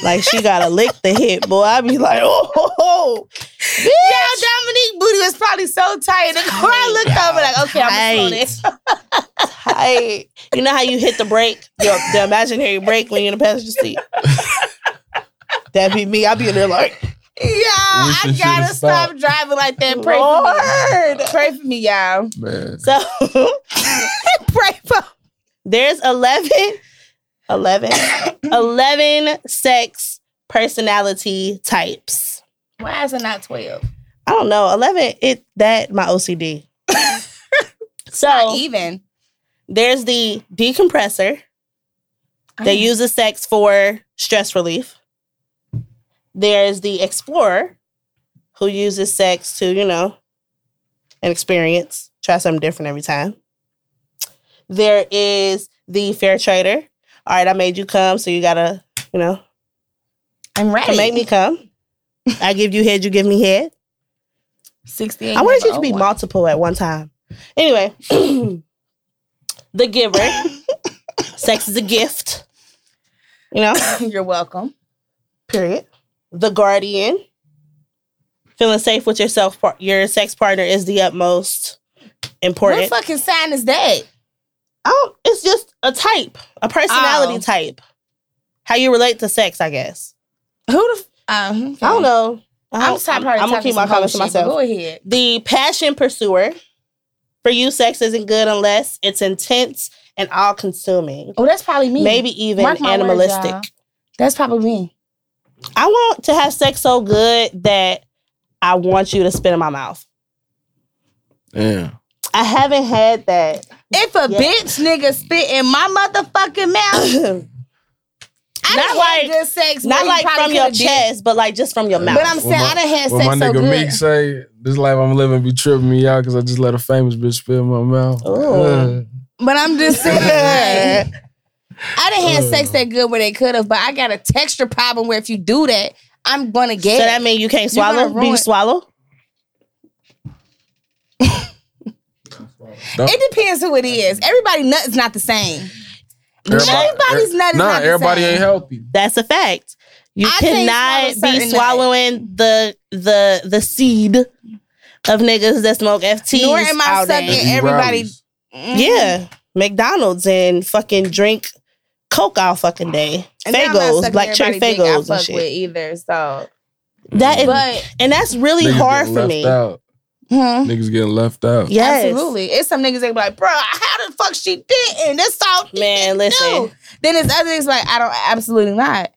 Like she gotta lick the hit, boy. I be like, oh, ho, ho.
Yeah, Dominique booty was probably so tired. The car looked over like, okay, I'm
Tight.
just on it.
tight. You know how you hit the brake, the, the imaginary brake when you're in the passenger seat. That'd be me. I'd be in there like,
Yeah,
oh,
I
shoulda
gotta stop
stopped.
driving like that. Pray for me. Pray for me, y'all.
Man,
so [LAUGHS]
Pray for
There's 11, 11, 11 sex personality types.
Why is it not 12?
I don't know. 11, it that my OCD. so
Even.
there's the decompressor. They use the sex for stress relief. There's the explorer who uses sex to, you know, an experience, Try something different every time. There is the fair trader. All right, I made you come, so you gotta, you know,
I'm ready.
to make me come. I give you head, you give me head.
68.
I wanted you to be
multiple.
multiple at one time.
[CLEARS THROAT]
Anyway, the giver.
[LAUGHS]
Sex is a gift. You know,
[LAUGHS] You're welcome.
period. The guardian. Feeling safe with yourself, par- your sex partner is the utmost important.
What fucking sign is that?
I don't, it's just a type, a personality
Oh.
type. How you relate to sex, I guess.
Who the? F- uh,
I don't know. I
I'm
don't-
tired.
I'm gonna keep my comments to myself.
Go ahead.
The passion pursuer. For you, sex isn't good unless it's intense and all consuming.
Oh, that's probably me.
Maybe even
Mark my words,
animalistic.
y'all. That's probably me.
I want to have sex so good that I want you to spit in my mouth.
Yeah.
I haven't had that.
[COUGHS] If a
Yeah.
bitch nigga spit in my
[COUGHS]
motherfucking mouth, I
Not
not
like-
like good
[CLEARS THROAT]
sex.
Not
where you
like
probably
from your
coulda did-
chest, but like just from your mouth.
But I'm
With
saying
my-
I done had
What my
sex so
nigga
good.
Meek say, this life I'm living be tripping me out because I just let a famous bitch spit in my mouth.
Ooh.
Uh,
But I'm just saying,
[LAUGHS]
like, I done had sex that good where they could have. But I got a texture problem where if you do that, I'm gonna
So
get.
that means you can't
You're gonna
swallow? Do you
ruin-
swallow?
it depends who it is. Everybody nut is not the same.
everybody-
Everybody's nut is
nah,
not the
everybody
same.
ain't healthy.
That's a fact. You
I can't
cannot
swallow
be
certain
swallowing the the the seed of niggas that smoke FTs.
Nor am I
all day.
sucking
You
everybody-
brownies.
Mm.
Yeah, McDonald's and fucking drink Coke all fucking day.
And then I'm not
Fagos,
sucking
black cherry
everybody dick I
Fagos and
fuck with
shit.
either. So,
That is,
but
and that's really
Niggas
hard
getting
for
left
me.
Out.
hmm,
Niggas getting left
[LAUGHS]
out.
Yes.
absolutely, it's some niggas that be like, bro, how the fuck she did, and that's all.
Man, listen.
No. Then there's other niggas like, I don't, absolutely not.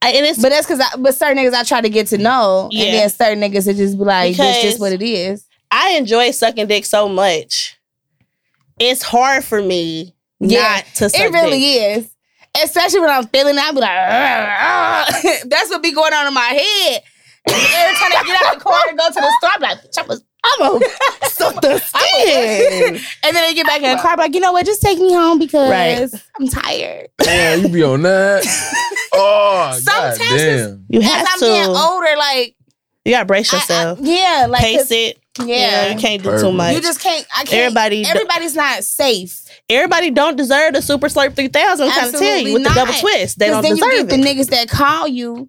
I, and it's
But that's because, but certain niggas I try to get to know,
Yeah.
and then certain niggas that just be like, this
Because-
just what it is.
I enjoy sucking dick so much. It's hard for me
Yeah,
not to suck
It really
dick.
is. Especially when I'm feeling it, I'll be like, "Ugh, ugh." [LAUGHS] that's what be going on in my head. And every time I get out the car and go to the store, I'm like, "Bitch, I was- [LAUGHS] I'm
[LAUGHS]
a suck the
skin.
[LAUGHS] and then they get back in the car, like, you know what? Just take me home because
Right.
I'm tired.
Damn, you be on
[LAUGHS]
that. Oh,
Sometimes it's-
goddamn.
You
As
have
I'm
to.
getting older, like,
You gotta brace
I- I-
yourself.
yeah, like, 'cause-
Pace it. Yeah,
yeah.
you can't do
Perfect.
too much.
You just can't. I can't.
Everybody do-
everybody's not safe.
Everybody don't deserve the Super Slurp 3000. I'm trying to tell you
Absolutely
with the
not.
double twist. They
'Cause
don't
then you
deserve
get the
it.
niggas that call you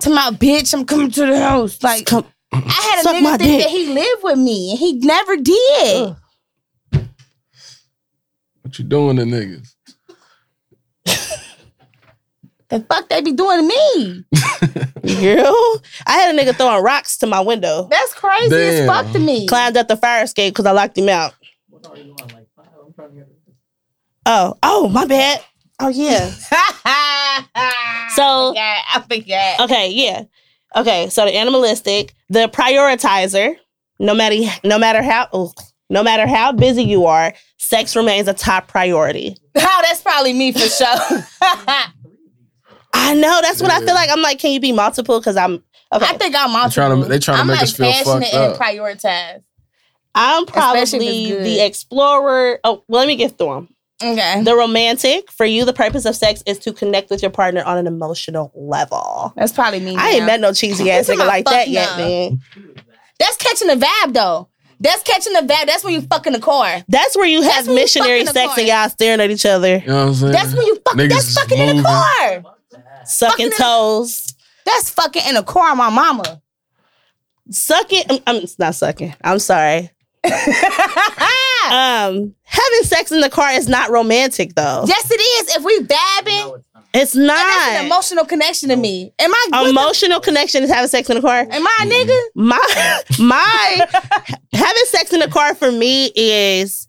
to my bitch. I'm coming to the house. Like,
Come-
I had a
Suck my
nigga think
dick.
that he lived with me, and he never did.
Ugh.
What you doing to niggas?
The fuck they be doing to me?
Girl, I had a nigga throwing rocks to my window.
That's crazy
Damn.
as fuck to me. [LAUGHS]
Climbed up the fire escape because I locked him out.
What are you on? Like five? I'm trying to get it.
Oh, oh, my bad. Oh yeah. So-
I forgot. I forgot.
Okay, yeah. Okay, so the animalistic, the prioritizer, no matter no matter how ugh, no matter how busy you are, sex remains a top priority.
Oh, that's probably me for sure. [LAUGHS] I
I know that's what I
Yeah.
feel like. I'm like, can you be multiple? Because I'm okay.
think I'm
They
multiple.
tryna- they tryna
I'm
make
like
us feel
passionate
fucked
and
up.
prioritized.
I'm
Especially if it's
probably
good.
the explorer. Oh, well, let me get through them.
Okay,
The romantic for you, the purpose of sex is to connect with your partner on an emotional level.
that's probably me.
I ain't
now.
met no cheesy ass
Come
nigga
on,
like
fuck
that yet,
no.
man.
That's catching the vibe though. That's catching the vibe. That's when you fuck in the car.
That's where you have
That's when you
missionary
fucking
sex and
acquired.
y'all staring at each other,
You know what I'm saying?
That's when you fuck.
Niggas
That's
is
fucking in the
moving.
car.
Fuck that.
sucking
Fucking-
toes.
That's fucking in the car, my mama.
sucking I'm, I'm it's not sucking i'm
[LAUGHS]
sorry
yes,
um having sex in the car is not romantic though
it is. If we vibing,
No, it's not.
it's
that's an
not
emotional connection to me. Am I? what the-
emotional connection is having sex in the car
Am I a
Mm-hmm.
nigga?
my my having sex in the car for me is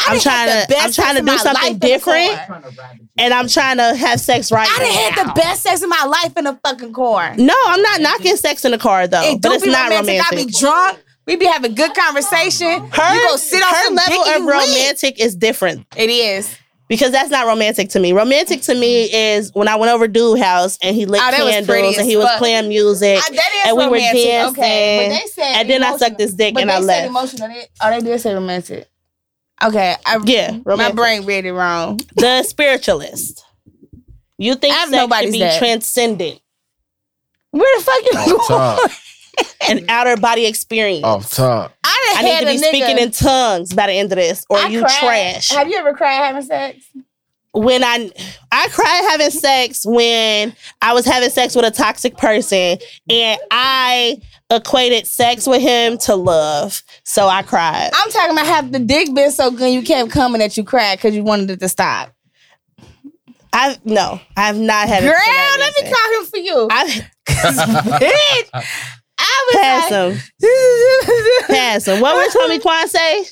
I
I'm
done had
tryna-
the best
I'm tryna
sex
do
of my
something
life in the
different.
car.
I'm trying to ride the
and i'm trying to have sex right
I done had
now.
the best sex of my life in a fucking car.
no i'm not knocking sex in the car though
It
but
do
it's
be
not
romantic.
romantic,
I be drunk. We be having good conversation.
Her,
you go sit on
her
some
level
dick and
of
you lit.
romantic is different
It is.
Because that's not romantic to me. Romantic to me is when I went over dude house and he lit
Oh, that was pretty
candles
as
and he was
fuck.
playing music.
I, that is
And we were
romantic. okay,
dancing,
but they said
and then I
emotional.
sucked his dick
but
and
they
I
said
left.
Emotional. They, oh, they did say romantic. Okay, I,
Yeah,
my
romantic.
brain read it wrong.
the spiritualist. You think
I'm
sex should
nobody's
be
that.
transcendent,
Where the fuck you
Off
[LAUGHS]
top.
an outer body experience?
Off top.
I
I
done
need
Mm-hmm. had
to be
a nigga.
speaking in tongues by the end of this, or
I
you
cried.
trash.
Have you ever cried having sex?
when I I cried having sex when I was having sex with a toxic person and I equated sex with him to love. So I cried.
I'm talking about have the dick been so good you kept coming that you cried because you wanted it to stop.
I no, I've not had
Girl,
it. for that
let me
reason.
call him for you. [LAUGHS]
I've [LAUGHS]
Bitch, I was
pass
like,
him. Pass him. What was Tommy Quan say?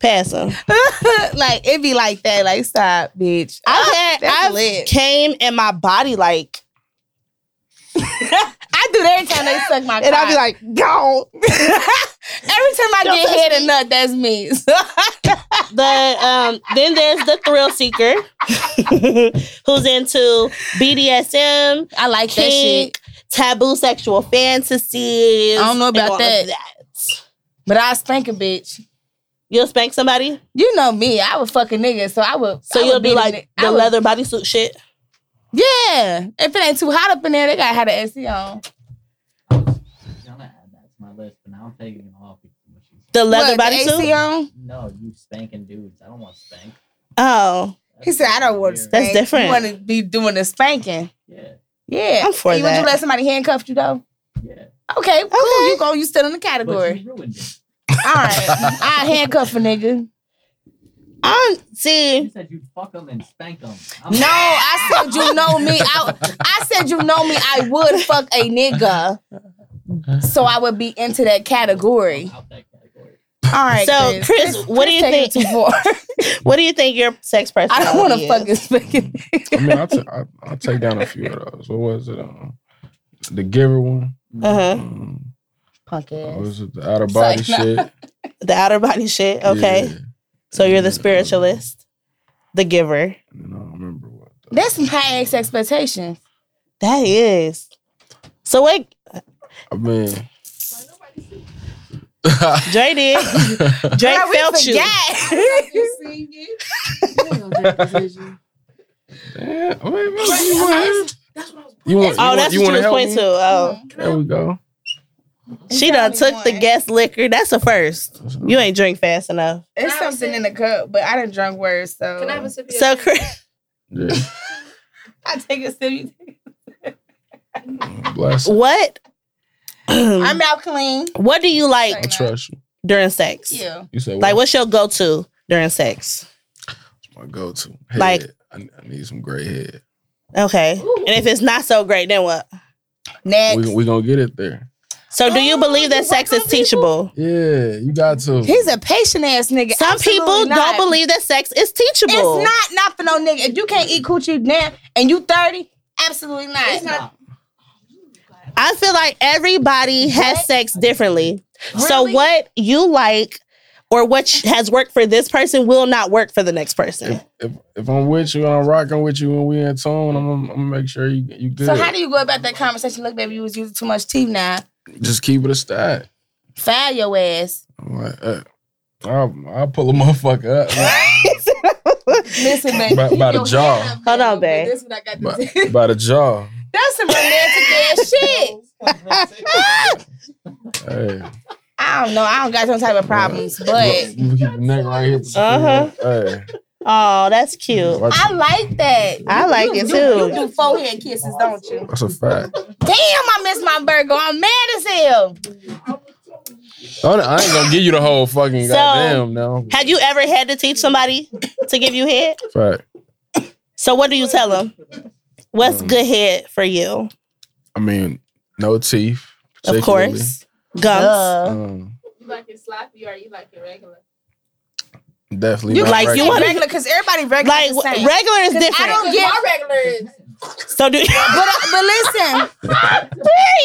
Pass him.
[LAUGHS] like it be like that. Like stop, bitch.
I've had
Oh, that's
I've
lit.
came in my body like
[LAUGHS] I do that every time they suck my.
and I'll be
cock.
like,
[LAUGHS]
go.
every time I
Don't
get
touch
hit
me.
a nut, that's me. [LAUGHS]
The um then there's the thrill seeker who's into BDSM,
I like that shit.
kink, taboo sexual fantasies.
I don't know
and
about
all of
that. But I spank a bitch.
You'll spank somebody,
You know me. I would fuck a nigga, so I would.
so
I
you'll
would
be
beat a
like
ni- I
the
would-
leather bodysuit shit.
Yeah. If it ain't too hot up in there, they gotta have the AC on.
gonna add that to my list, but now I'm taking it off. because of what she said.
The leather
What, the AC
bodysuit.
on.
No, you spanking dudes. I don't want spank.
Oh,
He said, "I don't want to
Weird.
spank.
That's different.
You want to be doing the spanking?
Yeah,
Yeah.
I'm for
you, Would
that.
you let somebody handcuff you though?
yeah.
Okay,
Okay.
cool. You go. You still in the
But
category.
you ruined it.
All right. [LAUGHS] I handcuff a nigga.
I don't
You
see.
said you'd fuck them and spank them.
No, I said you know me. I, I said you know me. I would fuck a nigga, so I would be into that category.
Out that category.
All right.
So, Chris, what do you
take it
think-
Too far.
[LAUGHS] What do you think your sex person?
I don't want to fuck
fucking.
this fucking.
I mean, I'll, t- I, I'll take down a few of those. What was it? Um, the giver one.
Uh huh.
Um,
Punk
what
ass.
was it? The out of body
Psych.
shit.
The outer body shit. [LAUGHS] Okay,
Yeah.
so you're the
Yeah.
spiritualist, the giver.
And then I don't remember what. the-
That's some high ass expectations.
That is. So what
I mean. [LAUGHS]
Dre did?
[LAUGHS]
Dre
Girl, we
felt you.
forgot.
[LAUGHS]
Damn, I mean, you want-
That's what I was.
you want?
Oh, that's
you
what you
want to
was
help
pointing
me?
to. Oh,
There we go.
Mm-hmm.
she done
Probably
took the
one.
guest liquor. That's a first. You ain't drink fast enough.
It's
Can I have a
something
sip?
in the cup, but I didn't drunk words, so
Can I have a sip? of your
So,
drink?
Chris,
Yeah.
I take a sip. you take-
Mm, Bless.
What?
I'm out clean.
[CLEARS THROAT] what do you
I
like
trust you.
during sex?
Yeah.
You said
Like,
what?
what's your go to during sex?
My go to.
Like-
I, I need some gray head.
Okay. And if it's not so great, then what?
Next.
We we gonna get it there.
So, do you
Oh,
believe that
you
sex
work
is
on people?
teachable?
Yeah, you got to.
He's a patient ass nigga.
Some
Absolutely
people
not.
don't believe that sex is teachable.
It's not not for no nigga. If you can't eat coochie now and you 30, absolutely not.
It's not.
I feel like everybody has
What?
sex differently. So,
Really?
what you like or what sh- has worked for this person will not work for the next person.
If, if if I'm with you and I'm rocking with you and we in tone, I'm gonna, I'm gonna make sure you you good.
So how do you go about that conversation? Look, baby, you was using too much teeth now.
Just keep it a stat.
File your ass.
I'm like, uh, I'll, I'll pull a [LAUGHS] motherfucker up
Listen, [LAUGHS] baby.
By- by the jaw.
Hold on, babe.
That's what I got to
by,
do.
by the jaw.
That's some romantic [LAUGHS] ass shit. [LAUGHS]
Hey,
I don't know. I don't got some type of problems, but
you keep your neck right here.
Uh-huh.
Hey,
[LAUGHS] Oh, that's cute.
watch-
I like that.
I like it
you,
too.
You do forehead kisses, don't you?
that's a fact.
Damn, I miss my burger. I'm mad as hell.
I don't- I ain't gonna give you the whole fucking
So-
goddamn now.
Have you ever had to teach somebody to give you head?
Fact.
So what do you tell them? What's
Um,
good head for you?
I mean, no teeth.
Of
particularly.
course, gums.
Duh.
Um,
You like it sloppy or you like it regular?
definitely.
You
not
like- you
regular.
wanna-
regular because everybody regular.
Like
the
w-
same.
regular is
'Cause I
different.
don't get-
My regular is.
So
[LAUGHS]
do
but, uh, but listen, but
[LAUGHS]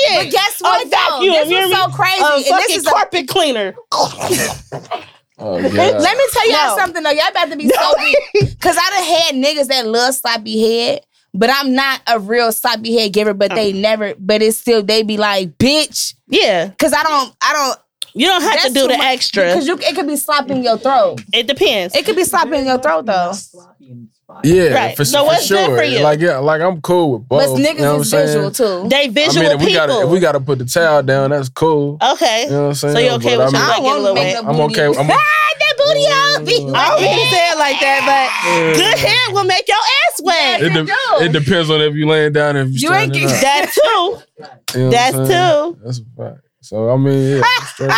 period.
guess what? though?
vacuum,
Oh, This
you hear me?
was so crazy.
A
and this
fucking
is a-
carpet cleaner.
Oh yeah.
Let me tell
No.
y'all something though. Y'all about to be so weak. Cause I done had niggas that love sloppy head, but I'm not a real sloppy head giver, but
Mm.
they never, but it's still they be like, bitch.
Yeah,
Cause I don't I don't
you don't have
That's
to do
too
the
much-
extra.
cause you it could be slopping in your throat.
it depends.
It could be slopping in your throat though.
Sloppy and spicy.
yeah,
Right.
for,
So
for
what's
sure.
good for you?
Like yeah, like I'm cool with both.
But
you know what
niggas
I'm
is
saying?
visual too.
they visual
I mean, if we
people.
gotta if we gotta put the towel down, that's cool.
okay.
You know what I'm saying?
Uh, So you okay
But
with
I
your
mean-
I
like
don't
it a
want
little
to
bit.
make up
I'm
booty.
okay with- I'm- Mm.
Ah, that booty out. Be
I don't mean to
like
say it like that, but good hair will make your ass wet.
It, de-
do.
it depends on if you laying down and if you,
You ain't
standing up.
get-
That too.
You know what
That's
I'm saying?
two.
That's a fact. So I mean,
[LAUGHS]
yeah, I'm straight.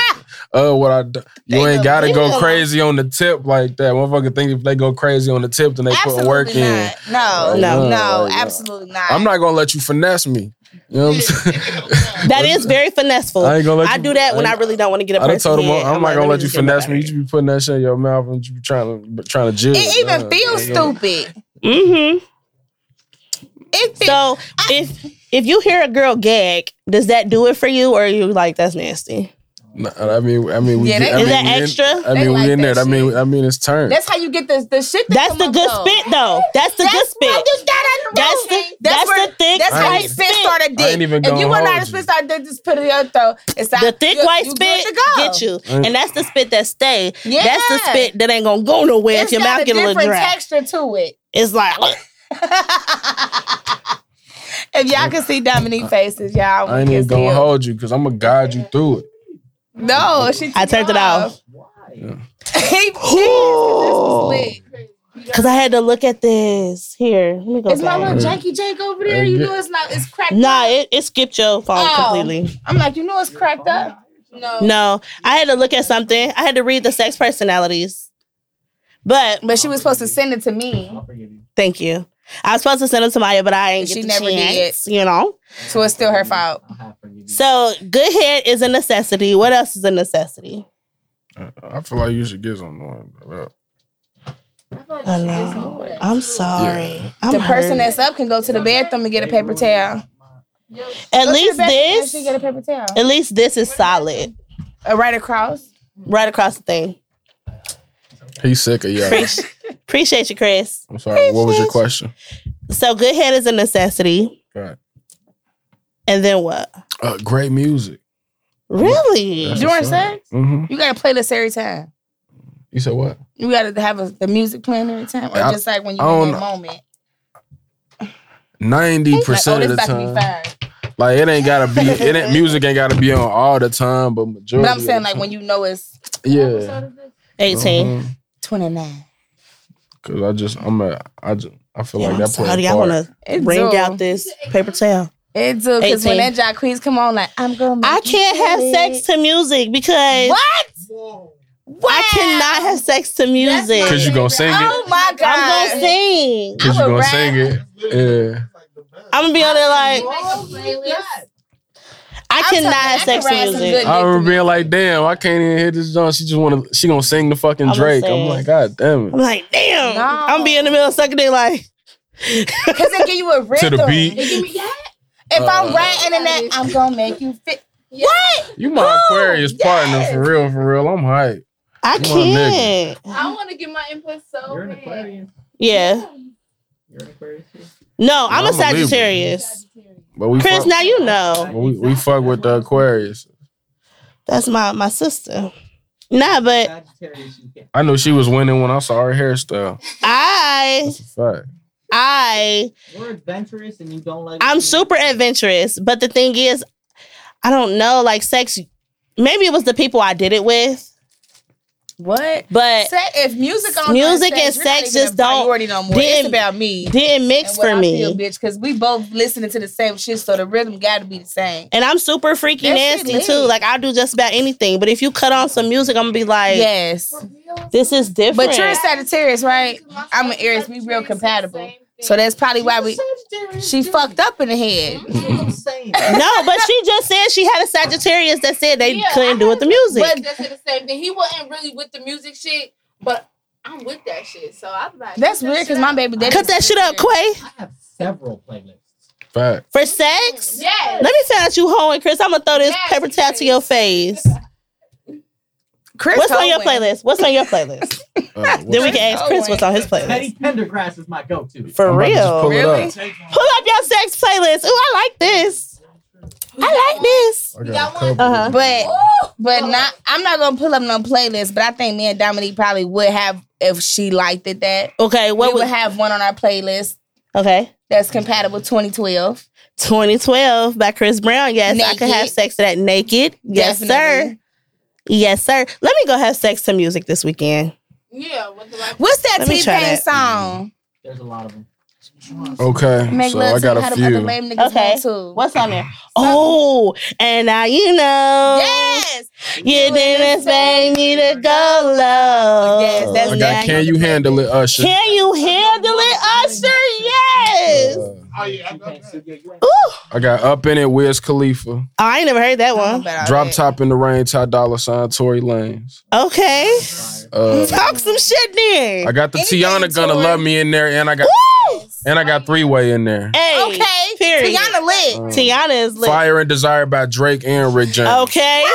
uh, what I do- you
They
ain't
go-
gotta
they
go
go-
crazy on the tip like that. Motherfucker think if they go crazy on the tip, then they put work
Absolutely
in.
not. No,
Like,
no,
nah,
no,
like, nah.
absolutely not.
I'm not gonna let you finesse me. You
[LAUGHS]
know what I'm saying? [LAUGHS]
That is very finesseful.
I ain't gonna let
I
you,
do that when I
ain't-
really don't want to get a
I done
person.
told him
head.
I'm, not
like,
gonna
me
let you
just get my
finesse me. You just be putting that shit in your mouth and you be trying to trying to jizz.
It even
Nah,
feels
ain't gonna-
stupid.
Mhm.
It feels
So if if you hear a girl gag, does that do it for you, or are you like that's nasty?
Nah, I mean, I mean, we.
Yeah,
get-
they-
Is
I mean,
that
we in-
extra?
I
They
mean,
like
we in there.
that
I mean, I mean, it's turned.
That's how you get the the shit. That
That's
come
the
up,
good
though.
spit though. That's the good
why
spit.
you gotta know.
That's the that's
where-
the thick
That's how you
white
spit
spit.
start a dick.
I ain't even
if you
gonna
want
hold
to
you.
spit start a dick, just put it in your throat. It's
The
out.
thick
You-
white
you good
spit
to go.
get you,
Mm.
and that's the spit that stay.
Yeah.
That's the spit that ain't gonna go nowhere
It's
if your
got
mouth
a
get a little
different
dry.
texture to it. [LAUGHS]
it's like
if y'all can see Dominique faces, y'all.
I ain't
can
even
see
gonna
it.
hold you because I'm gonna guide you through it.
No, she.
I turned it
[LAUGHS]
off
Why?
he,
[LAUGHS] because
Because
I had to look at this. Here, let me go.
it's my
back.
little janky Jake over there. You know it's not. It's cracked.
Nah,
up.
it, it skipped your phone
Oh.
completely.
I'm like, you know, it's cracked up.
No.
No, I had to look at something. I had to read the sex personalities. But
But she was supposed to send it to me.
I'll forgive you.
thank you. I was supposed to send it to Maya, but I ain't
She
get the
never did.
chance, You know.
So it's still her fault.
I'll have forgive you.
So good head is a necessity. What else is a necessity?
I- I feel like you should get someone. bro.
I I'm sorry. I'm
the person
hurt.
that's up can go to the bathroom and get a paper towel.
Oh at
Go to the
least
bathroom and
this,
she get a paper towel.
at least this is solid.
Uh, right across.
Right across the thing.
He's sick of y'all.
Appreci- Appreciate you, Chris.
I'm sorry. What was your question?
So good head is a necessity.
Right.
And then what?
Uh, great music.
Really?
That's
During
what's up.
sex?
Mm-hmm.
You gotta play this every time.
You said what?
You gotta have a, the music playing every time, or
I-
just like when
I
you in that
don't-
moment.
Ninety
Like, oh,
percent
this
of the
about to be
time.
fire.
Like it ain't gotta be. It
[LAUGHS]
ain't music ain't gotta be on all the time, but majority.
But I'm saying like when you know it's
Yeah.
18.
Mhm.
29.
Cause I just I'm a I just I feel
Yeah,
Mm-hmm. like
I'm
that
sorry.
played
I
part.
want to
It
bring
do.
out this paper towel.
It do because when
18.
that jock queens come on, like I'm gonna.
I
make you
can't have
sweat.
sex to music because
What?
I cannot have sex to music.
Cause you gonna sing it.
Oh my god!
I'm gonna sing.
Cause you
I'm a
gonna
rap.
sing it. Yeah.
I'm gonna be on there like
Oh,
I
I'm
cannot
talking-
have
I can
sex to
rap some
music.
good-
I remember being like, damn, I can't even hear this song. She just wanna she gonna sing the fucking
I'ma
Drake.
sing.
I'm like, God damn it.
I'm like, damn.
No.
I'm gonna be in the middle of sucking it like
Because it give
[LAUGHS]
you a rhythm.
the beat.
If I'm
Uh,
riding in that, I'm gonna make you [LAUGHS] fit. What?
You my Aquarius partner
Oh, yes.
for real, for real. I'm hype.
I
You wanna make
can't.
I want to get my input so
You're an
bad.
Aquarius.
Yeah.
You're an Aquarius. too?
No, I'm
No,
a
I'm a Libra.
Sagittarius.
But we
Chris,
fuck,
now you know.
but we, we fuck with the Aquarius.
That's my my sister. Nah,
Eh.
but
Sagittarius, you can't.
I knew she was winning when I saw her hairstyle.
I
That's a fact.
I
We're adventurous and you don't like.
I'm super adventurous, but the thing is, I don't know. Like sex, maybe it was the people I did it with,
What?
but
Se- if music on
Music
stage,
and
you're not
sex
even a
just don't-
priority no more. It's
didn't-
about me.
didn't mix
and what
for
I
me.
feel, bitch, because we both listening to the same shit, so the rhythm got to be the same.
and I'm super freaky
That shit
nasty
lit.
too. Like I'll do just about anything. But if you cut on some music, I'm gonna be like,
Yes,
this is different.
but you're a Sagittarius, right? I'm an Aries, we real compatible. So that's probably why we. She fucked up in the head.
I'm
[LAUGHS]
saying.
no, but she just said she had a Sagittarius that said they
Yeah,
couldn't
I
do with the music.
But that's the same thing. He wasn't really with the music shit, but I'm with that shit. So I'm like,
That's weird because my baby daddy.
Cut that shit up, Quay.
I have several playlists.
Fact.
For sex?
Yes.
Let me find out you home, Chris. I'm gonna throw this
Yes,
paper towel to your face.
Chris.
What's on your
Owen.
playlist? What's on your
[LAUGHS]
playlist?
Uh,
[LAUGHS] then we
what's-
can ask Chris what's on his playlist.
Teddy Pendergrass is my go-to.
For
I'm about to just
real.
pull it up.
Really?
Pull up your sex playlist. Ooh, I like this. I like this.
I
You
got
got
a couple.
one?
Uh-huh.
But
Ooh,
but
Hold
not. I'm not gonna pull up no playlist. But I think me and Dominique probably would have if she liked it. That
Okay, what
we would
would
have one on our playlist
okay?
that's compatible 2012.
2012 by Chris Brown. Yes, I could
Naked.
have sex to that naked. Yes, sir.
Definitely.
Yes, sir. Let me go have sex to music this weekend.
Yeah, what the like?
What's that
Let me
T
try
Pain
that.
song?
There's a lot of them.
Okay,
Make
Mm. so
love
I got
to
a
how the other
few.
lame niggas
Okay.
want to.
What's on there? Oh, and now you know.
Yes,
You didn't expect me to go low.
Yes, that's
Uh, I got
next.
Can You Handle It, Usher.
Can you handle it, Usher? Yes.
Uh,
Oh, yeah, I
You
know
can't see-
that.
yeah, you ain't-
Ooh,
I got Up In It, Wiz Khalifa.
Oh, I ain't never heard that
I don't know
one.
about all
Drop
that.
Top in the Rain, Ty Dolla Sign, Tory Lanez.
Okay.
Fire.
[LAUGHS]
Uh,
Talk some shit then.
I got the
Anything
Tiana Gonna
Tory.
Love Me in there, and I got
Woo!
and I got Three Way in there.
Hey.
Okay,
Period.
Tiana lit.
Um,
Tiana is lit.
Fire and Desire by Drake and Rick James.
Okay.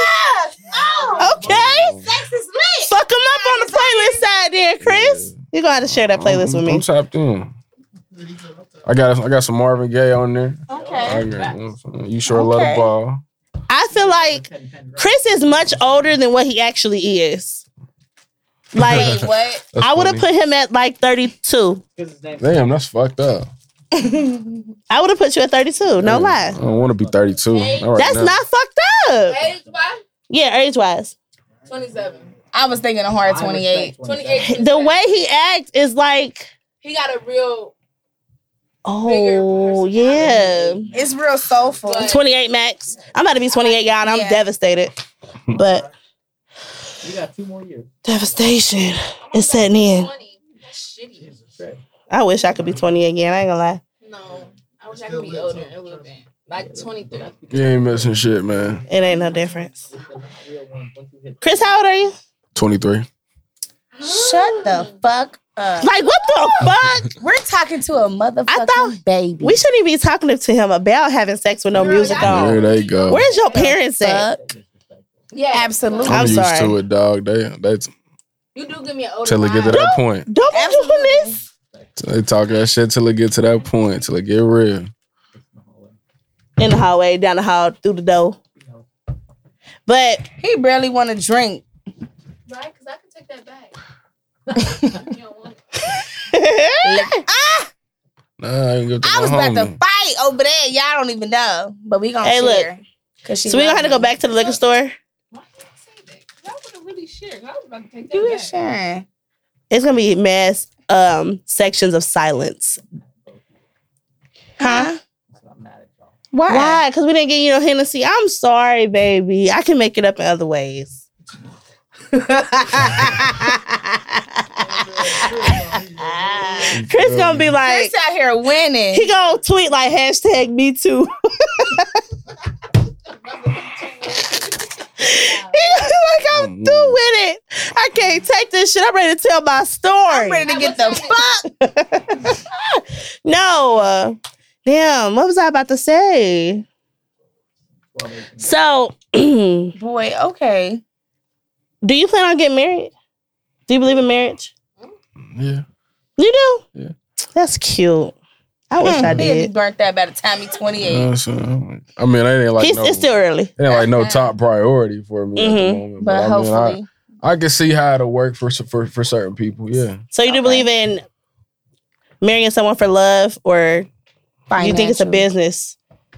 Oh,
Okay.
sex is lit.
Fuck him up on the playlist side there, Chris. You're gonna have to share that playlist with
Um, I'm-
me.
I'm tapped in. I got I got some Marvin Gaye on there.
Oh,
I got, you sure love the
Okay.
ball.
I feel like
Teddy Pendergrass.
Chris is much older than what he actually is. Like
[LAUGHS]
Wait, what?
That's
I would have
funny.
put him at like 32.
'Cause his name's-
Damn, that's fucked up.
I would have put you at 32. No
Damn,
lie.
I don't want to be 32. All right,
That's
now.
not fucked up.
Age wise?
Yeah, age wise.
27.
I was thinking a
I
hard
respect
28.
28.
The way he acts is like,
He got a real.
oh yeah.
It's real soulful.
But-
28 max. I'm about to be 28, y'all, and I'm
Yeah.
devastated. But
You got two more years.
devastation is setting in.
20. That's shitty.
Jesus Christ.
I wish I could be 20 again. I ain't gonna lie.
No. I wish I could be older a little bit. Like 23.
You ain't missing shit, man.
It ain't no difference.
It's the real one. Once you hit-
Chris, how old are you?
23.
Shut the fuck up.
Like, what the
[LAUGHS]
fuck?
We're talking to a motherfucking
I thought-
baby.
We shouldn't even be talking to him about having sex with no
Girl,
music
y'all-
on.
There they go.
Where's your parents at?
Fuck.
Yeah.
Absolutely.
I'm,
I'm
used
sorry.
to it, dog. They they t-
You do give me an older
till it get to
vibe.
that point.
Don't be doing
Absolutely.
this.
They talk that shit till it get to that point. Till it get real.
In the hallway, down the hall, through the door. But [LAUGHS]
He barely want to drink.
Right? Because I can take that back. you don't want it.
ah,
Nah, I ain't give it to
I
my
was about to
homie.
fight over there. Y'all don't even know, but we gonna
Hey, look.
share. Cause she
so we gonna
love
have to
me.
go back to the liquor store.
Why did I say that? 'Cause I would have really shared. I was about to take that
You
back.
and Sharon.
It's gonna be mass um sections of silence.
Huh?
So I'm mad at y'all.
Why?
Why? Because we didn't get you no Hennessy. I'm sorry, baby. I can make it up in other ways. Chris gonna be like,
Chris out here winning.
he gonna tweet like hashtag me too. [LAUGHS] He gonna be like, I'm through with it. I can't take this shit. I'm ready to tell my story.
I'm ready to get the fuck.
[LAUGHS] no. uh, Damn, what was I about to say?
Well, they can-
So, [CLEARS THROAT] do
Boy, okay.
you plan on getting married? Do you believe in marriage?
Yeah.
You do?
Yeah.
That's cute. I wish I
Hmm, he'll be
did.
burnt out by the time he's
You know
28.
what I'm saying? I mean, it ain't like
He's,
no,
it's still early.
it ain't like no top priority for me at
Mhm.
the moment.
Mm-hmm. but
I mean, I-
hopefully.
I can see how it'll work for for, for certain people. Yeah,
So you do
Okay.
believe in marrying someone for love, or you think it's a
financially.
business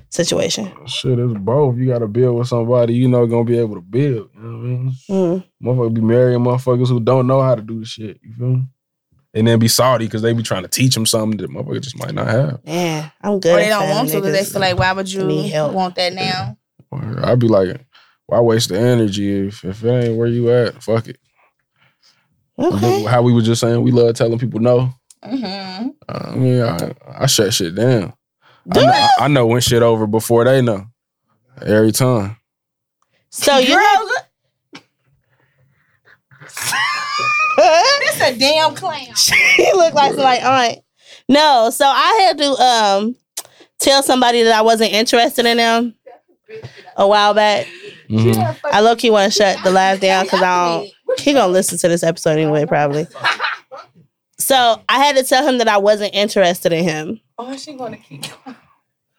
situation?
shit, it's both. You got to build with somebody you know gonna be able to build. You know what I mean?
Hmm.
Mm.
Motherfuckers be marrying motherfuckers who don't know how to do the shit. You feel me? And then be salty because they be trying to teach them something that motherfucker just might not have.
Yeah, I'm good. at
Or Oh, they don't
finding
want to because they
niggas.
feel like, why would you
Need help.
want that now?
Or I'd be like, why waste the energy if, if it ain't where you at? Fuck it.
okay.
How we were just saying, we love telling people no.
Mm-hmm.
I mean, I, I shut shit down. I
Do
know,
you?
I, I know when shit over before they know. Every time.
So you have, [LAUGHS]
It's a damn clown.
he looked like somebody. All right. No, so I had to um tell somebody that I wasn't interested in them a while back.
Mhm.
I low key want to shut the live down because I don't. He gonna listen to this episode anyway, probably. So I had to tell him that I wasn't interested in him,
oh, she gonna keep going.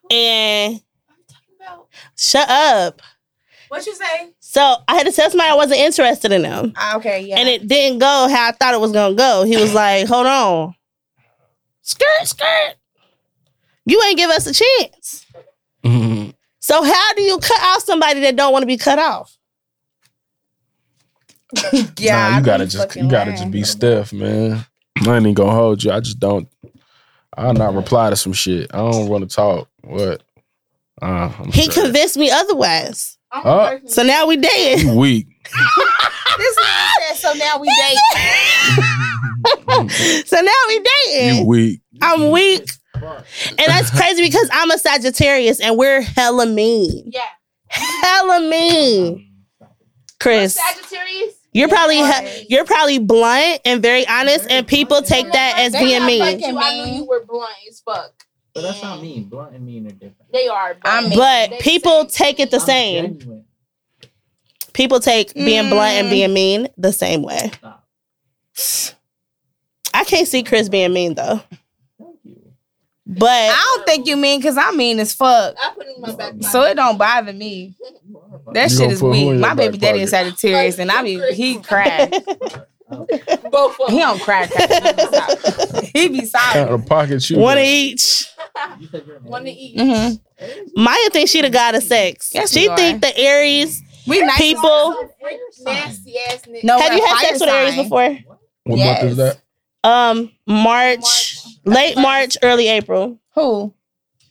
and
I'm talking about
shut up.
what you say.
So I had to tell somebody I wasn't interested in him,
Ah, okay, yeah.
and it didn't go how I thought it was gonna go. He was like, "Hold on, skirt, skirt, you ain't give us a chance."
Mhm.
So how do you cut off somebody that don't want to be cut off?
yeah,
nah,
I
you gotta
be
just
fucking
you gotta
lying.
just be stiff, man. I ain't even gonna hold you. I just don't. I'll not reply to some shit. I don't want to talk. What? Uh, I'm
He
straight.
convinced me otherwise.
I'm
Oh.
a person-
So now we
[LAUGHS]
dating.
You
[LAUGHS]
weak.
This is what he said, [LAUGHS] so now we date.
So now we
You
dating.
weak.
I'm weak.
Fuck.
And that's crazy because I'm a Sagittarius and we're hella mean.
yeah.
Hella mean.
Stop it.
Chris.
Sagittarius.
You're probably
Yeah.
he- you're probably blunt and very honest and people take that as
They
being
not
mean.
[LAUGHS] fucking-
You, I knew you were blunt as fuck.
But that's not mean. Blunt and mean are different.
They are. But
I'm mean.
But
they
people
say-
take it the
I'm
same.
genuine.
People take being blunt and
Mm.
being mean the same way.
Stop.
I can't see Chris being mean though.
Thank you.
But
I don't think you mean because I mean as fuck.
I put it in my back pocket.
So it don't bother me.
You are fucking
That
You
shit
gonna
is
put who in
weak.
your
My
back
baby daddy is Sagittarius, and I be he cry.
smart. Oh,
[LAUGHS] both of
he
them.
don't cry. [LAUGHS]
[LAUGHS]
he be
Kind
silent.
of pocket you.
one of each.
You said you're an
One to
Aries.
Mm-hmm.
Mhm.
eat.
Aries?
Maya thinks she the god of sex.
Yes,
she
you
think
are.
the Aries.
We nice.
People-
So freak Nasty ass nigga.
No,
have
we're
you
a
had
fire
sex with Aries
sign.
before?
What month
Yes.
is that?
Um, March,
March.
late March, early April.
Who?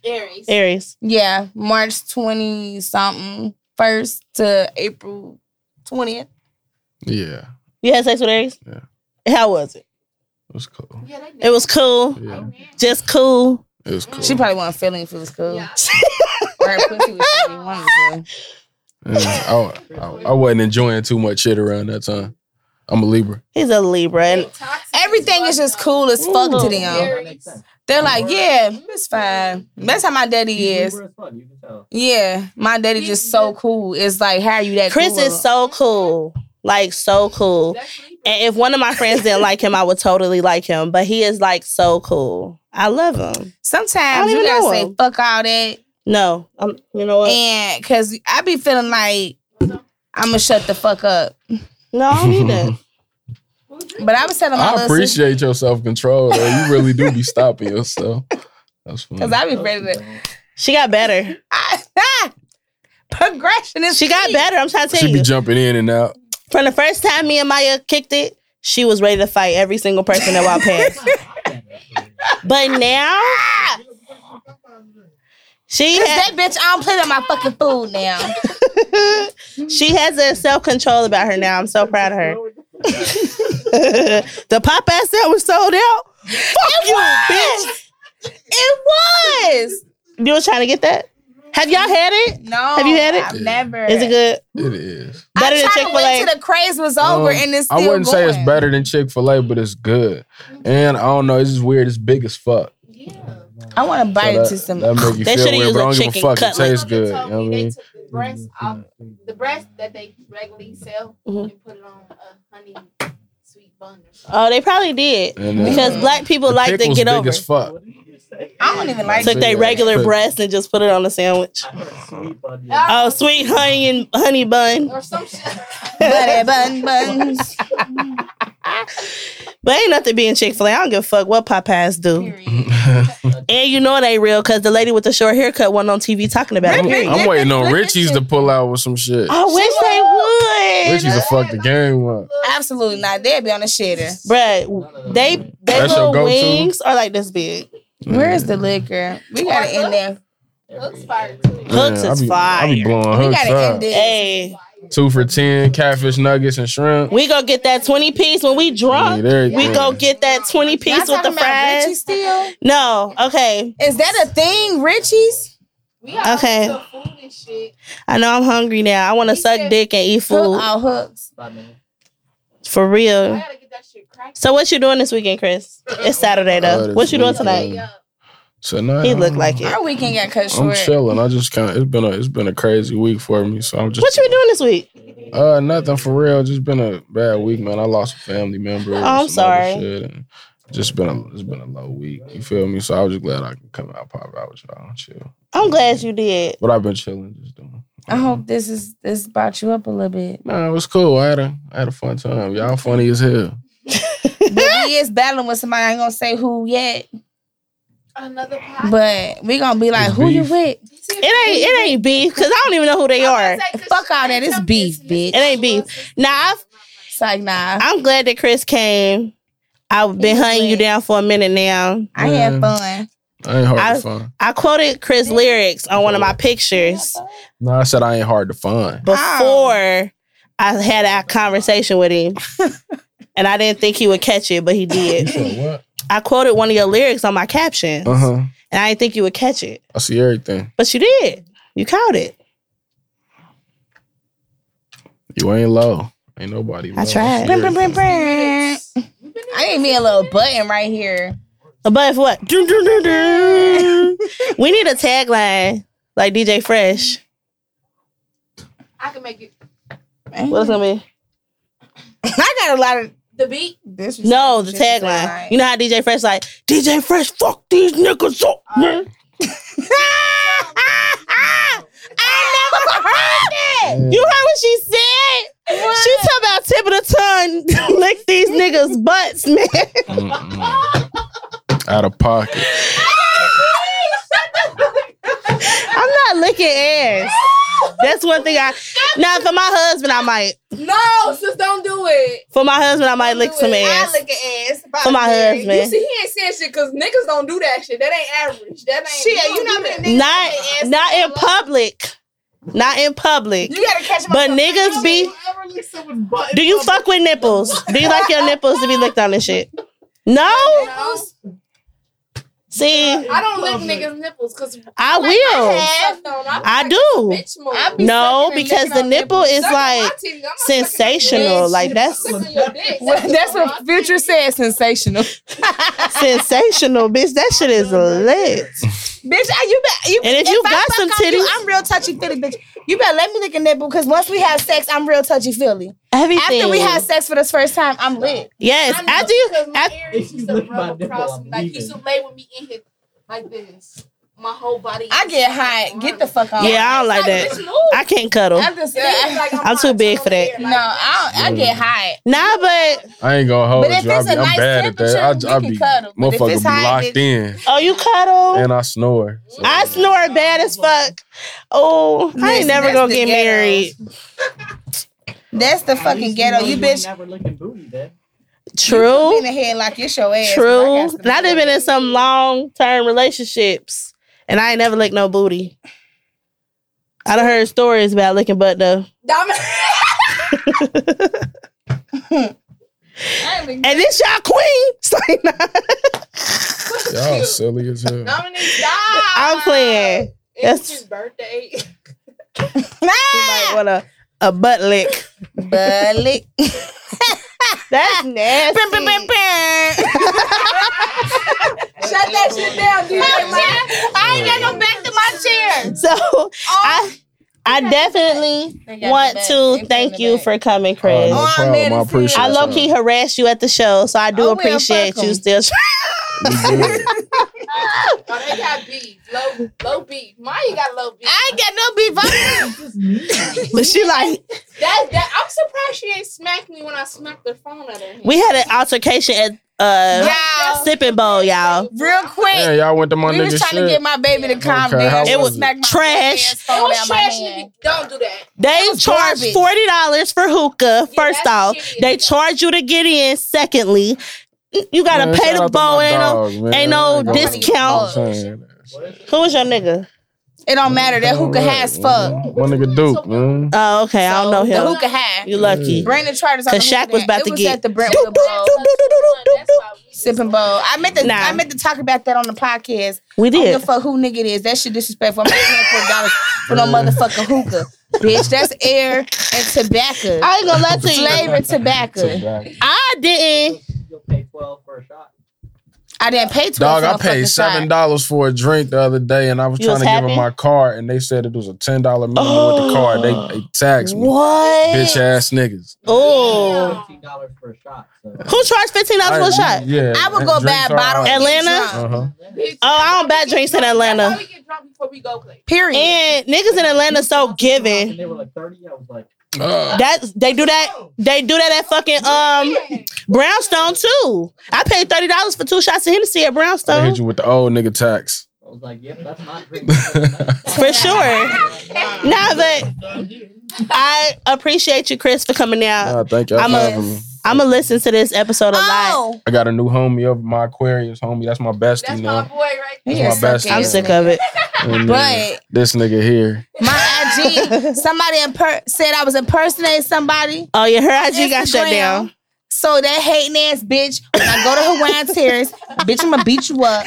Aries.
Aries.
Yeah, March twenty something first to April twentieth.
Yeah,
You had sex with Aries?
Yeah.
How was it?
it's cool.
Yeah, that nigga.
It was cool.
Yeah,
Just cool.
it was cool.
She probably wasn't feeling if it was cool. [LAUGHS]
Yeah.
Her pussy was what she wanted to.
And I, I, I wasn't enjoying too much shit around that time. I'm a Libra.
He's a Libra. And
Toxic
Everything
as
is just
fuck,
cool as fuck to
Ooh.
them.
Yeah.
That makes sense.
They're like, yeah, it's fine. That's how my daddy
He's
is.
Libra as fuck, You can tell.
Yeah, my daddy just so cool. It's like, how are you that
Chris
cool?
is so cool. Like so
though.
cool.
That's Libra.
And if one of my friends didn't like him, I would totally like him. But he is like so cool. I love him. I don't
Sometimes you
even
gotta
know
say
him.
fuck all that,
No. Um, you know what?
and because I be feeling like I'm gonna shut the fuck up.
No, I don't need
[LAUGHS]
that.
But I was telling my
I
little sister
appreciate your self control, though. You really do be stopping yourself.
[LAUGHS]
That's funny.
because I be ready to. [LAUGHS]
She got better.
I, [LAUGHS] progression is
She got
key.
better. I'm trying to tell
she be
you.
jumping in and out.
From the first time me and Maya kicked it, she was ready to fight every single person that walked past. But now she
'Cause
has,
that bitch, I don't play with my fucking food now.
she has a self control about her now. I'm so proud of
[LAUGHS]
her. the pop ass that was sold out. Fuck you, bitch.
It was.
You was trying to get that? Have y'all had it?
No,
Have you had it?
I've never.
Is it good?
It is.
Better than
I tried
Chick
to
Fil
wait
A.
till the craze was over
Oh,
Um,
and it's
I
still
wouldn't say it's
going.
better than Chick Fil A, but it's good. And I don't know, it's just weird. It's big as fuck.
Yeah.
I want
So
to bite
that,
into some.
that make you
They
feel
shoulda
weird,
used a
but I don't give a
chicken
fuck. It
cutlet.
tastes
Motherfucker
good. You
told
know what I
me They
mean? Mm-hmm.
took the breast off, the breast that they regularly sell,
Mhm.
and put it on a honey sweet bun or something.
Oh, they probably did.
And, uh,
Because black people
the
like to
pickle's
get
big
over.
as fuck. [LAUGHS]
I don't even like
Took
it.
their regular
Pickle.
breast and just put it on a sandwich.
That's
Oh, sweet honey and honey bun.
Or some shit.
Butter bun buns.
But ain't nothing being Chick Fil A. I don't give a fuck what Popeyes do.
Period.
And you know it ain't real because the lady with the short haircut wasn't on TV talking about it.
I'm,
Rick-
Period.
Rick-
I'm waiting on
Rick-
Richie's to pull out with some shit.
Oh,
I wish they would.
Richie's a fuck the game up.
Absolutely not. They'd be on the shitter.
Bruh, they they
That's your
little
go-to?
wings are like this big.
Where is the liquor? We gotta end there.
Looks fire
Hooks is
I be, I
fire.
be blowing
We
hooks
gotta end
up.
this.
Hey,
Two for ten, catfish nuggets and shrimp.
we go get that twenty piece when we drunk.
Yeah, there you
we go
go.
get that twenty
Y'all
piece with the
talking about Richie
fries.
still?
No, okay,
Is that a thing, Richie's?
[LAUGHS] We are
Okay.
into food and shit.
I know I'm hungry now. I want to
He
suck
said-
dick and eat
Hook,
food
all hooks.
for
I
real.
gotta get that shit cracking.
So what you doing this weekend, Chris? It's Saturday
Oh,
though.
this
What you doing
weekend.
tonight?
Yeah.
So now
He looked like it.
Our weekend got cut
I'm
short.
chilling. I just kind of it's been a it's been a crazy week for me. So I'm just
What you been doing this week?
Uh, nothing for real. Just been a bad week, man. I lost a family member. and
Oh, I'm
some other
sorry.
shit, and Just been a it's been a low week. You feel me? So I was just glad I could come out, pop out with y'all, and chill.
I'm glad you did.
But I've been chilling, just doing.
I
Oh.
hope this is this brought you up a little bit.
Nah, it was cool. I had a I had a fun time. Y'all funny as hell.
But
[LAUGHS]
he is battling with somebody. I ain't gonna say who yet,
Another podcast.
but we gonna be like,
It's
who you
beef.
with?
It ain't it ain't beef because I don't even know who they are.
Fuck all that, it's beef, bitch. It
ain't beef. Nah, I've-
It's like, nah,
[LAUGHS]
I,
I'm glad that Chris came. I've been
He
hunting you
went.
down for a minute now.
had
Yeah.
fun.
I ain't hard
I-
to find.
I quoted Chris lyrics on one of my pictures
No, I said I ain't hard to find.
before I had a conversation
[LAUGHS]
with him. And I didn't think he would catch it, but he did.
said what?
I quoted one of your lyrics on my caption,
Uh huh.
and I didn't think you would catch it,
I see everything.
but you did. You caught it.
You ain't low. Ain't nobody. low.
I tried.
see
Brum, brum, brum,
everything.
brum. I need me a little button right here.
But if what? Dun, dun, dun, dun. [LAUGHS] we need a tagline like DJ Fresh.
I can make it.
What's it gonna be?
I got a lot of
The beat.
this.
No, the tagline. You know how DJ Fresh like DJ Fresh, fuck these niggas up.
Oh. [LAUGHS]
man." [LAUGHS]
I never heard it.
You heard what she said? She talking about tip of the tongue, [LAUGHS] lick these niggas butts, man. [LAUGHS]
Mm-mm. Out of pocket.
I'm not licking
[LAUGHS]
ass. That's one thing I. Now for my husband, I might.
No, sis, don't do it.
For my husband, I might
Don't
lick
do
some
it.
ass.
I lick an ass. Bye,
For my
Mary.
husband.
You see, he ain't saying shit because niggas don't do that shit. That ain't average. That ain't.
Shit, you
don't
know
do
how
that.
many
Not,
Niggas don't
not
ask
in
for love.
public. Not in public.
You gotta catch him.
But niggas be. Do you fuck with nipples? Do you
[LAUGHS]
like your nipples to be licked on and shit? No. See,
I don't lick niggas' nipples um, because
I will. I do.
Bitch move.
I be
No,
sucking and
because
licking
the
on
nipple is
Suck on my
like
titty. I'm not sucking on your
sensational.
bitch.
Like
[LAUGHS]
that's
dick. Suck on your dick.
Well,
Suck
that's
on
what
my
Future
titty.
said. Sensational,
sensational, bitch. That shit is lit.
bitch. I, you bet. You,
And if you
I
got
fuck
some
on you,
titties-
I'm real touchy feely, bitch. You better let me lick a nipple because once we have sex, I'm real touchy feely.
Everything.
After we have sex for the first time, I'm lit.
yes.
I know
After you,
because my
after,
ears used to
Look at my
rub
nipple,
across
I'm
me. Like he used to lay with me in his like this. My whole body.
I get high. Get the fuck off.
yeah, I don't like
Like, bitch,
that.
move.
I can't cuddle.
I'm just.
And then he's like,
I'm too
hot,
big
turn
for
over
that.
here,
no,
like,
I, don't- I get high.
Nah, but
I ain't gonna hold
But if
you. I
it's
be,
a
I'm
nice
bad at that.
temperature,
I, I
we
be
can cuddle. But if
motherfucker
it's
be
high,
locked
bitch-
in
oh, you cuddle.
and I snore. So,
I snore bad as fuck. Oh, I ain't
Listen,
never
that's
gonna
the
get
ghettos.
married.
That's the fucking ghetto. You bitch.
Never looking booty, then.
True.
Been ahead like your show ass.
True. And I done been in some long term relationships and I ain't never licked no booty. I done heard stories about licking butt though.
Dom-
in.
And this y'all queen. [LAUGHS] It's like, nah,
y'all silly as hell.
Dominic, stop.
I'm playing.
It's
That's- [LAUGHS]
his birthday.
You might want a, a butt lick.
But
[LAUGHS]
lick.
That's nasty.
Bam, bam, bam, bam.
[LAUGHS]
Shut that shit down, DJ. Mike.
I ain't got no back to my chair.
So I I definitely want to thank you for coming, Chris.
Oh, no
Oh, I
problem.
made
I
it
appreciate
serious.
I low key harassed you at the show, so I do
Oh, well,
appreciate
fuck
you
'em.
still.
y'all.
[LAUGHS]
You good.
Oh, they got beef. Low, low beef. Maya got low beef.
I ain't got no beef. I-
It's just me.
but she like
That, that, I'm surprised she ain't smacked me when I smacked the phone at her.
we had an altercation at uh
Y'all,
sipping bowl, y'all.
real quick.
Damn, y'all went to my
we
nigga
was trying to get
shit.
my baby to calm
Okay, how
down. She
was
would
it?
smack my ass
Trash.
It
phone
was
out my
trash.
hand.
Don't do that.
They
was
charge
garbage.
forty dollars for hookah.
Yeah,
First
that's
off,
shitty.
they charge you to get in. Secondly, you gotta
Man,
pay
shout
the
out to my
bowl. Ain't no,
dog, man.
ain't no
I ain't gonna-
discount.
I'm saying that.
What?
who was your nigga?
It don't matter. That
All
hookah
right,
high as
man.
fuck.
My nigga Duke, man.
Oh, okay, I don't know
The
him.
hookah high.
You lucky.
Yeah.
Brandon Charters on the
Cause Shaq
hookah
was
mat.
about
It
to
was
get
at the Brentwood
Doop,
Bowl.
doop, doop, doop, doop, doop,
That's
doop.
why we-
Sipping bowl. I meant to.
Nah.
I meant to talk about that on the podcast.
We
I don't
did.
give a fuck who nigga it is. That shit disrespectful. I'm not paying for dollars for no motherfucking hookah, bitch. That's air and tobacco.
I ain't gonna lie to you. [LAUGHS]
Flavored tobacco.
Took back.
I didn't.
You'll pay 12 for a shot.
I didn't pay twelve.
Dog, I
for a fucking
paid seven
shot.
dollars for a drink the other day, and I was
You
trying
was
to give
happy?
them my card, and they said it was a ten dollar minimum with the card. They,
[GASPS]
they taxed me,
What?
bitch ass niggas.
Oh.
Fifteen dollars for a shot. So.
Who charged fifteen dollars for a shot?
Yeah,
I would go buy a bottle.
Uh
Atlanta?
huh.
Oh, I don't bet drinks in Atlanta.
We get drunk before we go play.
Period.
And niggas in Atlanta so
And
giving.
they were like thirty. I was like, "Oh."
That's they do that. They do that at fucking um Brownstone too. I paid thirty dollars for two shots of Hennessy at
They
Brownstone
hit you with the old nigga tax. [LAUGHS]
I was like, yep, that's my drink. That's
for sure. Nah, but I appreciate you, Chris, for coming out.
Nah, thank y'all for
I'm a-
having me.
I'm gonna listen to this episode a lot.
oh,
I got a new homie over my Aquarius homie. That's my bestie
That's my
now.
boy right
That's
there.
my best.
I'm sick of it.
And, uh,
But-
this
[LAUGHS]
nigga here,
my IG. Somebody imper- said I was impersonating somebody.
Oh yeah, her IG got shut
Instagram.
down.
So that hating ass bitch, when I go to
[LAUGHS]
Hawaiian Terrace, bitch, I'ma beat you up,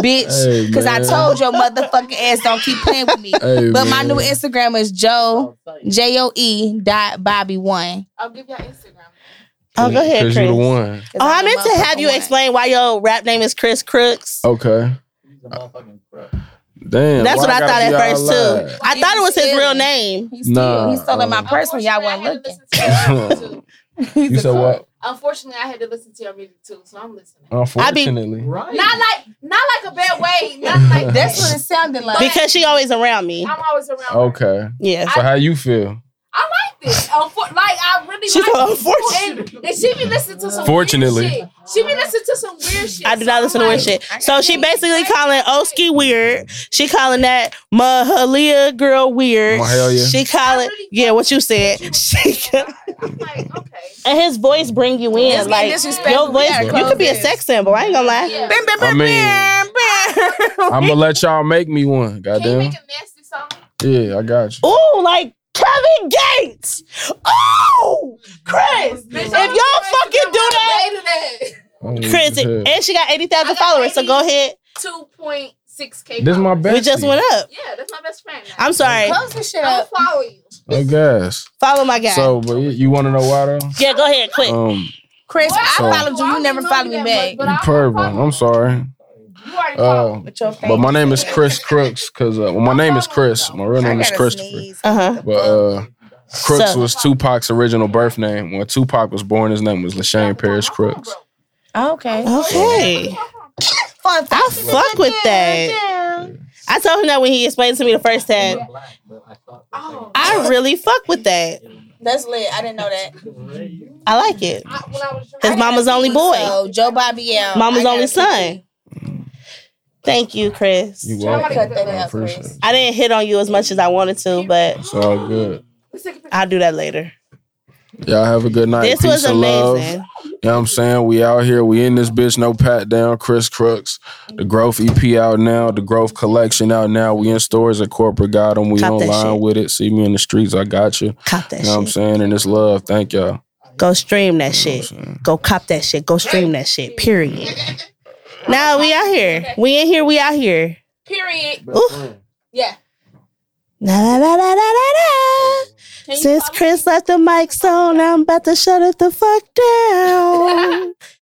bitch.
Hey,
Cause I
man.
told your motherfucking ass don't keep playing with me.
Hey,
But my
man.
new Instagram is Joe J O E dot Bobby one.
I'll give y'all Instagram.
Oh, go ahead,
Cause
Chris.
you the one.
Oh, I meant to have you explain why your rap name is Chris Crooks.
Okay.
He's a motherfucking crook.
Damn.
That's
why
what I
gotta
thought
be
at first
all
too. I
He
thought it
was
was his
ill.
real name.
He stole,
Nah,
he stole in my
uh,
purse when y'all wasn't looking.
Unfortunately, I had to [LAUGHS] listen to your music, too.
You
[LAUGHS]
said what?
Unfortunately, I had to listen to your music too, so I'm listening.
Unfortunately.
Right.
Not like, not like a bad way. Not like
That's
[LAUGHS] that's
what it sounded like.
Because she always around me.
I'm always around. her.
okay.
Yeah.
So how you feel?
I like this. Unfor- like I really
She's
like.
so
this.
unfortunate.
And, and she be listening to some.
Fortunately.
Fortunately, weird shit. she be listening to some weird shit.
I do
so
not
I'm
listen to weird
like,
shit.
I
So she
can't.
basically calling Oski weird. She calling that Mahalia girl weird.
Oh, hell yeah.
She calling yeah, what you said. [LAUGHS] She,
I'm
[LAUGHS]
like, okay.
and his voice bring you in.
It's getting
like
disrespectful.
your
We
voice,
gotta
you
close
could be a
this.
sex symbol. I ain't gonna lie.
Yeah.
Bam, bam,
I
bam,
mean-
bam, bam.
I'm gonna let y'all make
[LAUGHS]
me one.
Can you
Goddamn.
make a nasty song?
Yeah, I got you.
Ooh, like Kevin Gates. Oh, Chris.
Bitch,
If y'all fucking do
I'm
that,
way to that.
Oh,
Chris,
yeah.
and she got eighty
I
thousand
got
followers. So
80.
go ahead.
2.6k.
This my
followers.
best.
We just went up.
Yeah, that's my best friend. now.
I'm sorry.
Close this shit
Don't
up.
follow you.
I guess.
Follow my guy.
So, but you- you want to know why though?
yeah, go ahead, quick.
Um,
Chris, I
So-
followed you. You never followed me back.
But I don't
pervert.
follow
I'm sorry.
You already
Uh,
followed.
With your
but my
face.
name is Chris Crooks because uh, well, my name is Chris. My real
I
name is
gotta
Christopher.
sneeze.
Uh-huh.
But uh, Crooks
So-
was Tupac's original birth name. When Tupac was born, his name was Lashane Paris Crooks.
Okay.
Okay.
Fun
I
fact.
fuck with that. I told him that when he explained to me the first
I'm
time.
black, but I thought.
Oh.
I really fuck with that.
That's lit. I didn't know that.
I like it.
I, when I was
His mama's only boy.
So Joe Bobby out.
Mama's
I
only
gotta
son. Thank you, Chris.
You
Try
welcome.
to cut that
I
out,
appreciate
Chris.
it.
I didn't hit on you as much as I wanted to, but
It's all good.
I'll do that later.
Y'all have a good night.
This
Peace
was
and Love.
amazing.
You know what I'm saying? We out here. We in this bitch. No pat down. Chris Crooks. The Growth EP out now. The Growth Collection out now. We in stores at Corporate Got 'em. We
Cop that
online
shit.
with it. See me in the streets. I got you.
Cop that
You know what I'm
shit.
saying? And it's love. Thank y'all.
Go stream that
You know
shit.
what I'm saying?
Go cop that shit. Go stream that shit. Period. Now we out here. We in here. We out here.
Period.
Ooh.
Yeah.
Na na na na na na na.
Can you
Since
follow-
Chris left the mics on, I'm about to shut it the fuck down.